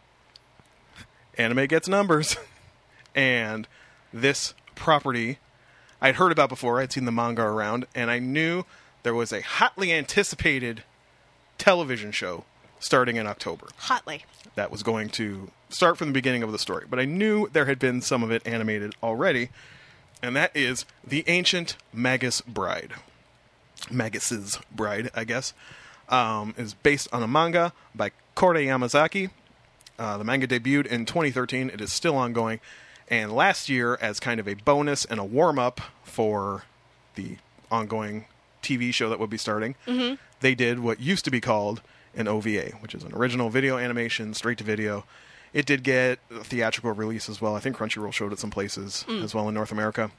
Speaker 3: anime gets numbers, and this property I'd heard about before. I'd seen the manga around, and I knew there was a hotly anticipated television show starting in October
Speaker 2: Hotly.
Speaker 3: that was going to start from the beginning of the story, but I knew there had been some of it animated already, and that is The Ancient Magus Bride. Magus's Bride, I guess, um, is based on a manga by Kore Yamazaki. Uh, the manga debuted in 2013. It is still ongoing. And last year, as kind of a bonus and a warm up for the ongoing TV show that would be starting, they did what used to be called an OVA, which is an original video animation, straight to video. It did get a theatrical release as well. I think Crunchyroll showed it some places as well in North America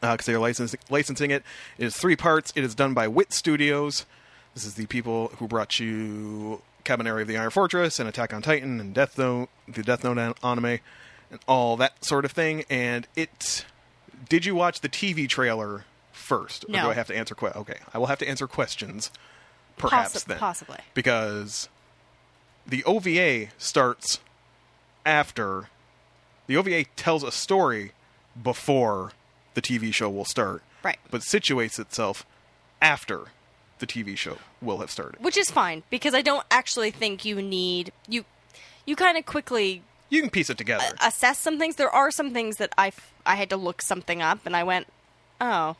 Speaker 3: because Uh, they're licensing, licensing it. It is three parts. It is done by Wit Studios. This is the people who brought you Cabaneri of the Iron Fortress and Attack on Titan and Death Note, the Death Note an- anime, and all that sort of thing. And it. Did you watch the TV trailer first? Or
Speaker 2: No.
Speaker 3: do I have to answer questions? Okay. I will have to answer questions, perhaps
Speaker 2: Possi-
Speaker 3: then.
Speaker 2: possibly.
Speaker 3: Because the OVA starts after the OVA tells a story before the TV show will start,
Speaker 2: Right.
Speaker 3: but situates itself after the TV show will have started.
Speaker 2: Which is fine because I don't actually think you need you. You kind of quickly
Speaker 3: You can piece it together.
Speaker 2: assess some things. There are some things that I f- I had to look something up, and I went, oh,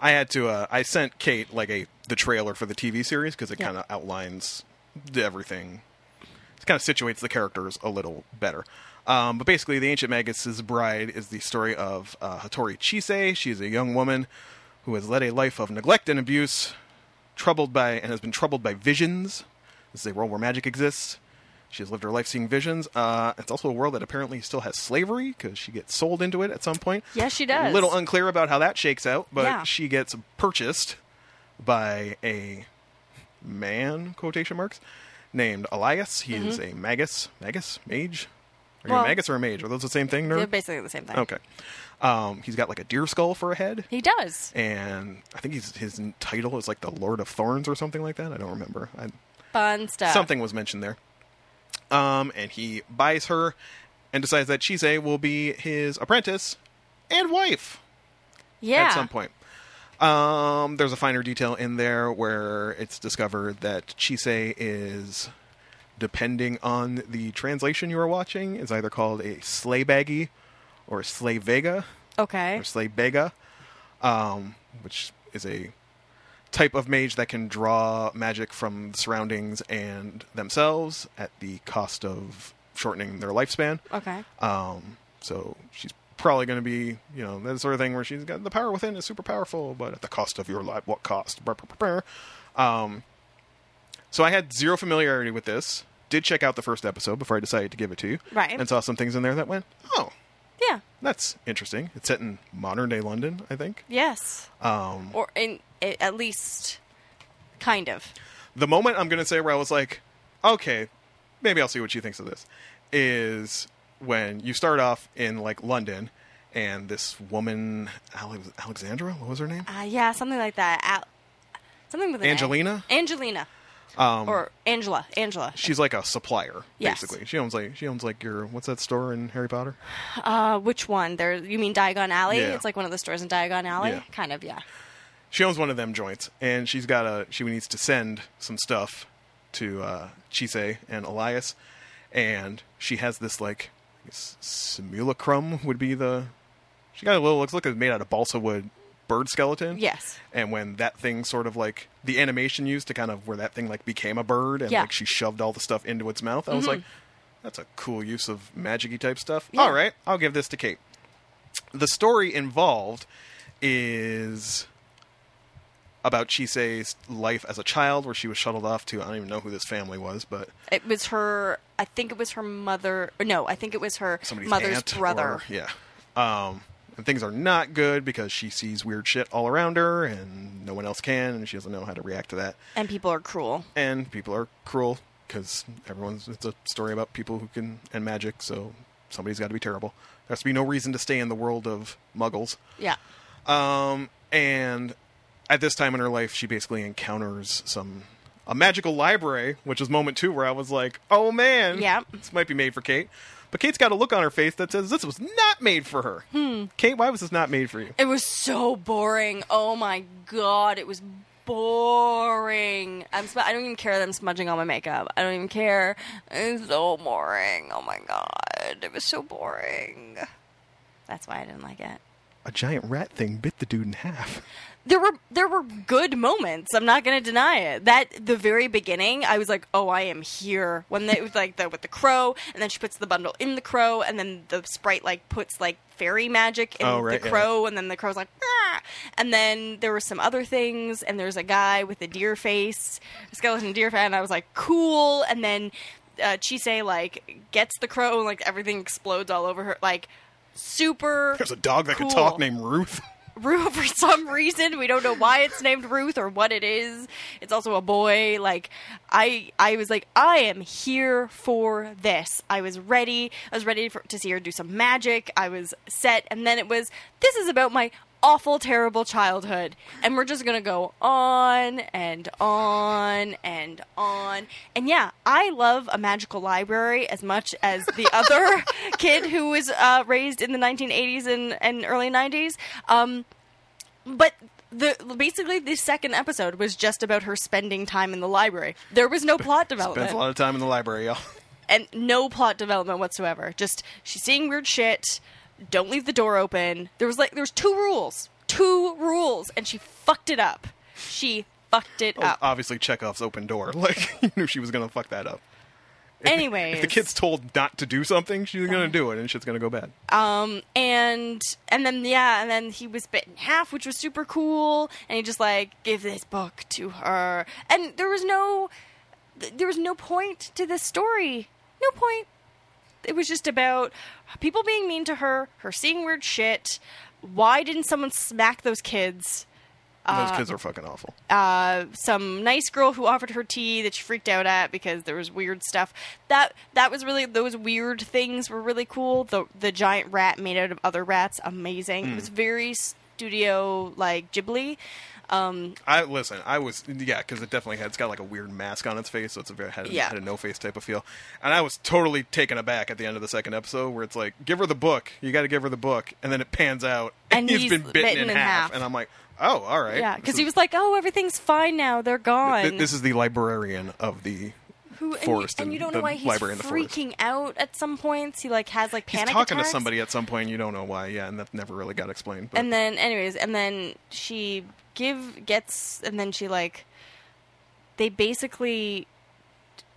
Speaker 3: I had to. Uh, I sent Kate like a the trailer for the TV series because it
Speaker 2: Yeah.
Speaker 3: kind of outlines the- everything. It kind of situates the characters a little better. Um, but basically, the ancient magus' bride is the story of uh, Hattori Chise. She is a young woman who has led a life of neglect and abuse, troubled by and has been troubled by visions. This is a world where magic exists. She has lived her life seeing visions. Uh, it's also a world that apparently still has slavery because she gets sold into it at some point.
Speaker 2: yes, she
Speaker 3: A
Speaker 2: does.
Speaker 3: little unclear about how that shakes out, but
Speaker 2: Yeah.
Speaker 3: she gets purchased by a man quotation marks named Elias. He is a magus, magus, mage. Are you
Speaker 2: Mm-hmm. Well-
Speaker 3: a magus or a mage? Are those the same thing,
Speaker 2: They're
Speaker 3: nerd?
Speaker 2: basically the same thing.
Speaker 3: okay. Um, he's got like a deer skull for a head,
Speaker 2: He does.
Speaker 3: and I think he's, his title is like the Lord of Thorns or something like that. I don't remember. I,
Speaker 2: Fun stuff.
Speaker 3: something was mentioned there. Um, and he buys her and decides that Chise will be his apprentice and wife
Speaker 2: Yeah.
Speaker 3: at some point. Um, there's a finer detail in there where it's discovered that Chise is, depending on the translation you are watching, is either called a sleigh baggy or sleigh vega
Speaker 2: Okay.
Speaker 3: or sleigh bega, um, which is a type of mage that can draw magic from the surroundings and themselves at the cost of shortening their lifespan.
Speaker 2: Okay.
Speaker 3: Um, so she's probably going to be, you know, that sort of thing where she's got the power within is super powerful, but at the cost of your life, what cost? Brr, brr, brr, brr. Um, so I had zero familiarity with this. Did check out the first episode before I decided to give it to you.
Speaker 2: Right.
Speaker 3: And saw some things in there that went, oh,
Speaker 2: Yeah.
Speaker 3: that's interesting. It's set in modern day London, I think.
Speaker 2: Yes.
Speaker 3: Um,
Speaker 2: Or in i- at least kind of.
Speaker 3: the moment I'm going to say where I was like, okay, maybe I'll see what she thinks of this, is when you start off in like London and this woman, Alex- Alexandra, what was her name?
Speaker 2: Uh, yeah, something like that. Al- something with an A.
Speaker 3: Angelina? Um.
Speaker 2: Angelina. or Angela. Angela.
Speaker 3: She's like a supplier,
Speaker 2: Yes.
Speaker 3: basically. She owns like she owns like your what's that store in Harry Potter?
Speaker 2: Uh, which one? There. You mean Diagon Alley?
Speaker 3: Yeah.
Speaker 2: It's like one of the stores in Diagon Alley.
Speaker 3: Yeah.
Speaker 2: Kind of. Yeah.
Speaker 3: She owns one of them joints, and she's got a she needs to send some stuff to uh, Chise and Elias, and she has this like I guess simulacrum would be the she got a little looks like it's made out of balsa wood bird skeleton.
Speaker 2: Yes.
Speaker 3: And when that thing sort of like the animation used to kind of where that thing like became a bird and
Speaker 2: Yeah. Mm-hmm.
Speaker 3: like she shoved all the stuff into its mouth, I was like, that's a cool use of magic type stuff.
Speaker 2: Yeah.
Speaker 3: All right, I'll give this to Kate. The story involved is about Chise's life as a child where she was shuttled off to I don't even know who this family was, but
Speaker 2: It was her. I think it was her mother. or No, I think it was her
Speaker 3: somebody's
Speaker 2: mother's
Speaker 3: aunt
Speaker 2: brother.
Speaker 3: or- yeah. Um, and things are not good because she sees weird shit all around her and no one else can and she doesn't know how to react to that.
Speaker 2: And people are cruel.
Speaker 3: and people are cruel because everyone's it's a story about people who can and magic so somebody's got to be terrible there has to be no reason to stay in the world of muggles
Speaker 2: Yeah.
Speaker 3: um and at this time in her life she basically encounters some a magical library which was moment two where i was like oh man
Speaker 2: Yeah.
Speaker 3: this might be made for kate but kate's got a look on her face that says this was not made for her kate why was this not made for you
Speaker 2: It was so boring. Oh my god, it was boring. I'm. Sm- I don't even care that I'm smudging all my makeup. I don't even care. It's so boring. Oh my god, it was so boring. That's why I didn't like it.
Speaker 3: a giant rat thing bit the dude in half
Speaker 2: There were there were good moments. I'm not gonna deny it. That the very beginning, I was like, "Oh, I am here." When they, it was like the with the crow, and then she puts the bundle in the crow, and then the sprite like puts like fairy magic in
Speaker 3: Oh, right,
Speaker 2: the
Speaker 3: yeah.
Speaker 2: crow, and then the crow's like, "Ah!" and then there were some other things, and there's a guy with a deer face, a skeleton deer face, and I was like, "Cool." And then uh, Chise like gets the crow, and like everything explodes all over her, like super.
Speaker 3: there's a dog that could
Speaker 2: Cool.
Speaker 3: talk named ruth
Speaker 2: Rue for some reason. We don't know why it's named Ruth or what it is. It's also a boy. Like I, I was like, I am here for this. I was ready. I was ready for, to see her do some magic. I was set, and then it was. This is about my awful, terrible childhood, and we're just gonna go on and on and on. And yeah, I love a magical library as much as the other kid who was uh, raised in the 1980s and, and early 90s. Um, But the basically the second episode was just about her spending time in the library. There was no plot development
Speaker 3: Spends a lot of time in the library, y'all.
Speaker 2: and no plot development whatsoever. Just she's seeing weird shit. Don't leave the door open. There was like there was two rules, two rules, and she fucked it up. She fucked
Speaker 3: Oh,
Speaker 2: it up.
Speaker 3: Obviously, Chekhov's open door. Like, you knew she was going to fuck that up.
Speaker 2: Anyways,
Speaker 3: If the kid's told not to do something, she's going to do it and shit's going to go bad.
Speaker 2: um, and and then yeah, and then he was bit in half, which was super cool. And he just like give this book to her, and there was no th- there was no point to this story. No point. It was just about people being mean to her, her seeing weird shit. Why didn't someone smack those kids?
Speaker 3: Those kids are fucking awful.
Speaker 2: uh, some nice girl who offered her tea that she freaked out at because there was weird stuff. That that was really those weird things were really cool. The the giant rat made out of other rats, amazing. It was
Speaker 3: Hmm.
Speaker 2: very studio like Ghibli. Um,
Speaker 3: I listen. I was yeah, because it definitely had. It's got like a weird mask on its face, so it's a very had, a-
Speaker 2: Yeah.
Speaker 3: had a no face type of feel. And I was totally taken aback at the end of the second episode, where it's like, give her the book. You got to give her the book, and then it pans out,
Speaker 2: And
Speaker 3: he's
Speaker 2: he's
Speaker 3: been bitten, in, half. And I'm like, oh, all right,
Speaker 2: yeah, because
Speaker 3: This
Speaker 2: he
Speaker 3: is-
Speaker 2: was like, "Oh, everything's fine now. They're gone."
Speaker 3: thi- This is the librarian of the
Speaker 2: who, and
Speaker 3: forest
Speaker 2: you, and
Speaker 3: in
Speaker 2: you don't
Speaker 3: the
Speaker 2: know why he's
Speaker 3: library in the forest.
Speaker 2: freaking out at some points. He like has like
Speaker 3: He's
Speaker 2: panic
Speaker 3: talking
Speaker 2: attacks.
Speaker 3: to somebody at some point. You don't know why. Yeah, and that never really got explained. But
Speaker 2: and then anyways and then she give gets and then she like they basically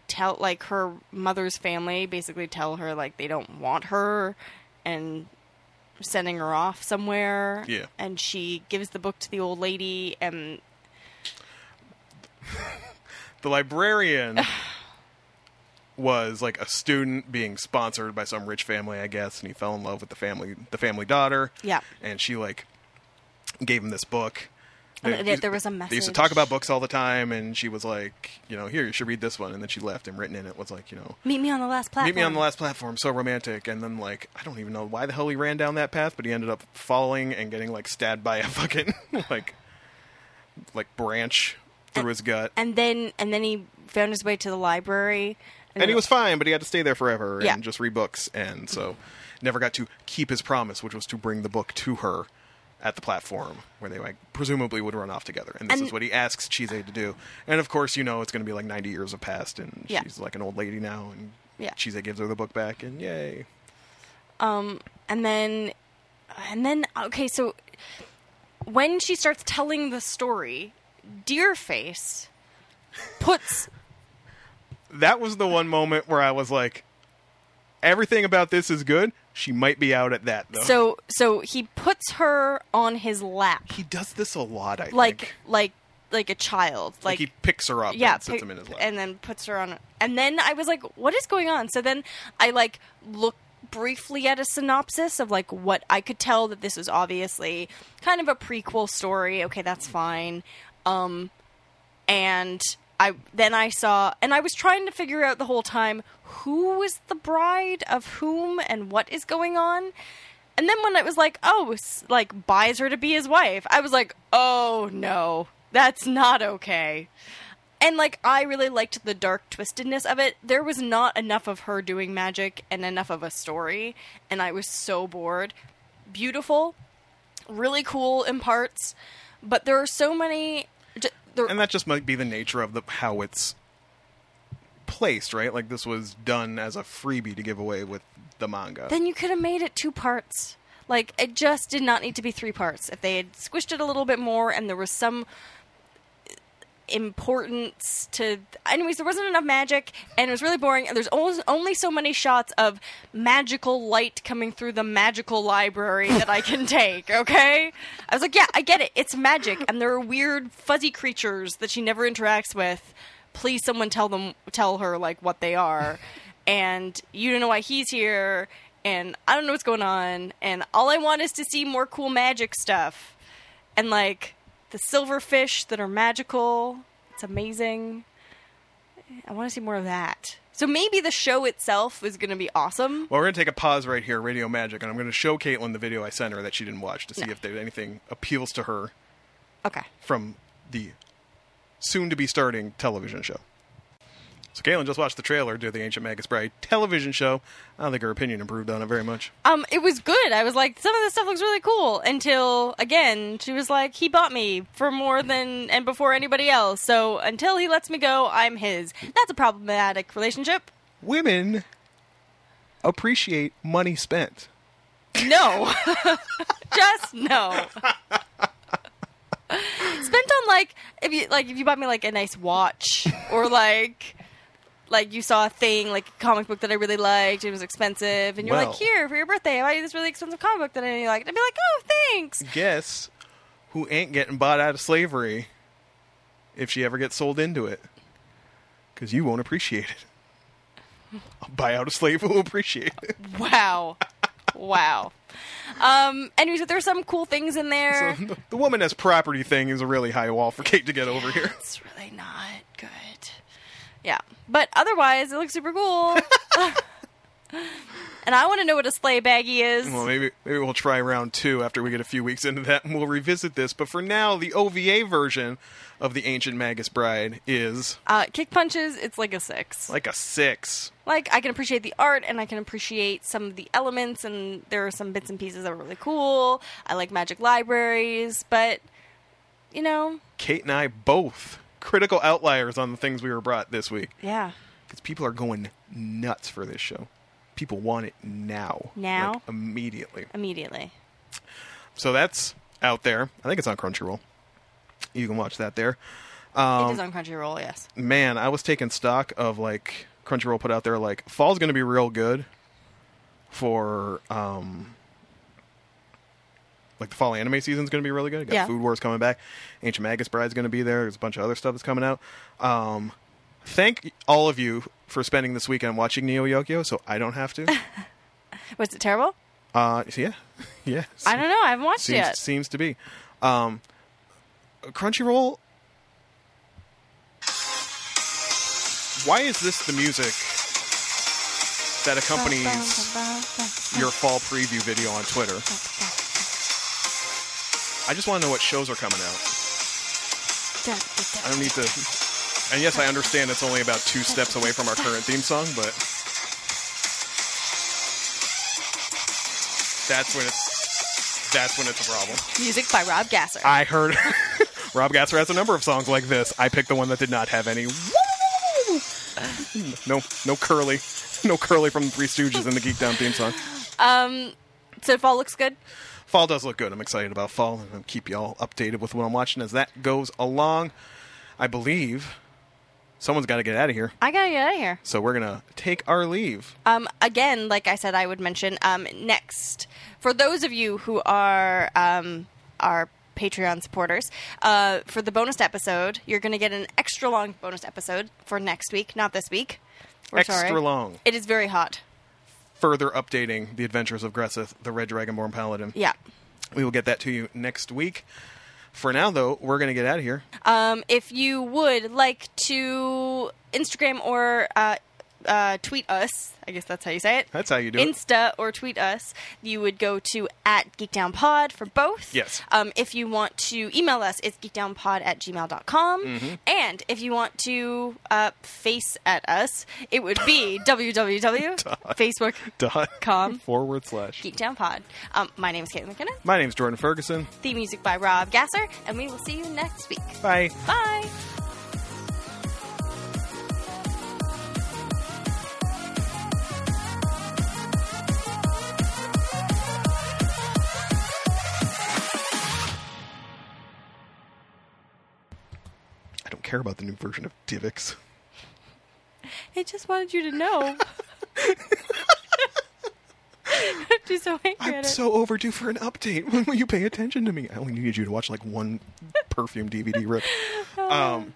Speaker 2: tell like her mother's family basically tell her like they don't want her and sending her off somewhere
Speaker 3: Yeah.
Speaker 2: and she gives the book to the old lady and
Speaker 3: the librarian was like a student being sponsored by some rich family, I guess, and he fell in love with the family, the family daughter.
Speaker 2: Yeah.
Speaker 3: and she like gave him this book.
Speaker 2: And Uh, there- there was a
Speaker 3: They used to
Speaker 2: message.
Speaker 3: talk about books all the time, and she was like, you know, here you should read this one, and then she left, and written in it was like, you know.
Speaker 2: meet me on the last platform
Speaker 3: Meet me on the last platform, so romantic. And then, like, I don't even know why the hell he ran down that path, but he ended up following and getting, like, stabbed by a fucking, like, like branch through his gut.
Speaker 2: and then and then he found his way to the library
Speaker 3: and he was fine, but he had to stay there forever
Speaker 2: Yeah.
Speaker 3: and just read books, and so never got to keep his promise, which was to bring the book to her at the platform where they like presumably would run off together. And this
Speaker 2: And-
Speaker 3: is what he asks Chise to do. And of course, you know it's going to be like 90 years have passed, and
Speaker 2: Yeah.
Speaker 3: she's like an old lady now, and
Speaker 2: Yeah.
Speaker 3: Chise gives her the book back, and yay!
Speaker 2: and then and then okay so when she starts telling the story deerface puts
Speaker 3: That was the one moment where I was like, everything about this is good. She might be out at that though.
Speaker 2: so so he puts her on his lap
Speaker 3: he does this a lot. I
Speaker 2: like
Speaker 3: think.
Speaker 2: like like a child like,
Speaker 3: Like he picks her up
Speaker 2: yeah
Speaker 3: and sits
Speaker 2: pick-
Speaker 3: him in his lap.
Speaker 2: and then puts her on and then i was like what is going on so then i like look briefly at a synopsis of like what i could tell that this was obviously kind of a prequel story okay that's fine um and I then I saw and I was trying to figure out the whole time who was the bride of whom and what is going on. And then when it was like, oh, s- like buys her to be his wife, I was like, oh no, that's not okay. And like I really liked the dark twistedness of it. There was not enough of her doing magic and enough of a story, and I was so bored. Beautiful, really cool in parts, but there are so many. j- There,
Speaker 3: and that just might be the nature of the how it's placed, right? Like this was done as a freebie to give away with the manga.
Speaker 2: then you could have made it two parts. Like it just did not need to be three parts. If they had squished it a little bit more, and there was some importance to, anyways, there wasn't enough magic, and it was really boring. And there's always only so many shots of magical light coming through the magical library that I can take. Okay, I was like, yeah, I get it. It's magic, and there are weird fuzzy creatures that she never interacts with. Please, someone tell them, tell her like what they are, and you don't know why he's here. And I don't know what's going on, and all I want is to see more cool magic stuff and like the silverfish that are magical. It's amazing. I want to see more of that. So maybe the show itself is going to be awesome.
Speaker 3: well, we're gonna take a pause right here, Radio Magic, and I'm gonna show Caitlin the video I sent her that she didn't watch to see if there anything appeals to her
Speaker 2: Okay.
Speaker 3: from the soon to be starting television show. So Caitlin just watched the trailer to the Ancient Magus Bride television show. I don't think her opinion improved on it very much.
Speaker 2: Um, it was good. I was like, some of this stuff looks really cool. Until again, she was like, he bought me for more than and before anybody else. So until he lets me go, I'm his. That's a problematic relationship.
Speaker 3: Women appreciate money spent.
Speaker 2: No, just no. Spent on like if you like if you bought me like a nice watch or like like you saw a thing like a comic book that I really liked. It was expensive, and you're
Speaker 3: Well.
Speaker 2: like, here for your birthday, I buy you this really expensive comic book that I really liked. I'd be like, oh, thanks.
Speaker 3: Guess who ain't getting bought out of slavery if she ever gets sold into it? Because you won't appreciate it. A buyout of slave will appreciate it.
Speaker 2: Wow. wow. Um, anyways, but there's some cool things in
Speaker 3: So
Speaker 2: there.
Speaker 3: the, the woman as property thing is a really high wall for Kate to get over here.
Speaker 2: it's really not good. Yeah. But otherwise, it looks super cool. and I want to know what a sleigh baggie is.
Speaker 3: Well, maybe maybe we'll try round two after we get a few weeks into that, and we'll revisit this. But for now, the OVA version of the Ancient Magus Bride is
Speaker 2: Uh, kick punches, it's like a six.
Speaker 3: like a six.
Speaker 2: Like, I can appreciate the art and I can appreciate some of the elements, and there are some bits and pieces that were really cool. I like magic libraries, but, you know,
Speaker 3: Kate and I both critical outliers on the things we were brought this week
Speaker 2: yeah.
Speaker 3: because people are going nuts for this show. People want it now,
Speaker 2: Now?
Speaker 3: like immediately.
Speaker 2: Immediately.
Speaker 3: So that's out there. I think it's on Crunchyroll. You can watch that there.
Speaker 2: it is on Crunchyroll, yes.
Speaker 3: man, I was taking stock of like Crunchyroll put out there like fall's going to be real good for um like the fall anime season's going to be really good. Got
Speaker 2: Yeah.
Speaker 3: Food Wars coming back. Ancient Magus Bride's going to be there. There's a bunch of other stuff that's coming out. Um thank all of you for spending this weekend watching Neo Yokio so I don't have to.
Speaker 2: Was it terrible?
Speaker 3: uh yeah. Yeah.
Speaker 2: I don't know. I haven't watched
Speaker 3: seems
Speaker 2: it yet.
Speaker 3: seems to be. Um Crunchyroll Why is this the music that accompanies your fall preview video on Twitter? I just want to know what shows are coming out. I don't need to And yes, I understand it's only about 2 steps away from our current theme song, but That's when it's that's when it's a problem.
Speaker 2: Music by Rob Gasser.
Speaker 3: I heard Rob Gasser has a number of songs like this. I picked the one that did not have any. woo. No, no curly, no curly from the Three Stooges in the Geek Down theme song.
Speaker 2: so fall looks good.
Speaker 3: Fall does look good. I'm excited about fall, and I'll keep you all updated with what I'm watching as that goes along. I believe someone's got to get out of here,
Speaker 2: I gotta get out of here.
Speaker 3: so we're gonna take our leave.
Speaker 2: Um, again, like I said, I would mention um, next for those of you who are um, our Patreon supporters. Uh, for the bonus episode, you're going to get an extra long bonus episode for next week, not this week. We're
Speaker 3: Extra
Speaker 2: sorry.
Speaker 3: long.
Speaker 2: It is very hot.
Speaker 3: Further updating the adventures of Gresseth, the Red Dragonborn Paladin.
Speaker 2: Yeah.
Speaker 3: We will get that to you next week. For now, though, we're gonna get out of here.
Speaker 2: Um, if you would like to Instagram or uh, uh, tweet us, I guess that's how you say it.
Speaker 3: That's how you do it.
Speaker 2: Insta or tweet us. You would go to at geekdownpod for both.
Speaker 3: Yes.
Speaker 2: Um, if you want to email us, it's geekdownpod at gmail.com.
Speaker 3: Mm-hmm.
Speaker 2: And if you want to uh, face at us, it would be www.facebook.com
Speaker 3: Dot forward slash.
Speaker 2: geekdownpod. Um, my name is Caitlin McKenna.
Speaker 3: My name's Jordan Ferguson.
Speaker 2: The music by Rob Gasser. And we will see you next week.
Speaker 3: Bye.
Speaker 2: Bye.
Speaker 3: I don't care about the new version of Divx.
Speaker 2: I just wanted you to know. She's so angry
Speaker 3: I'm
Speaker 2: at it.
Speaker 3: so overdue for an update. When will you pay attention to me? I only needed you to watch like one perfume DVD rip. Um,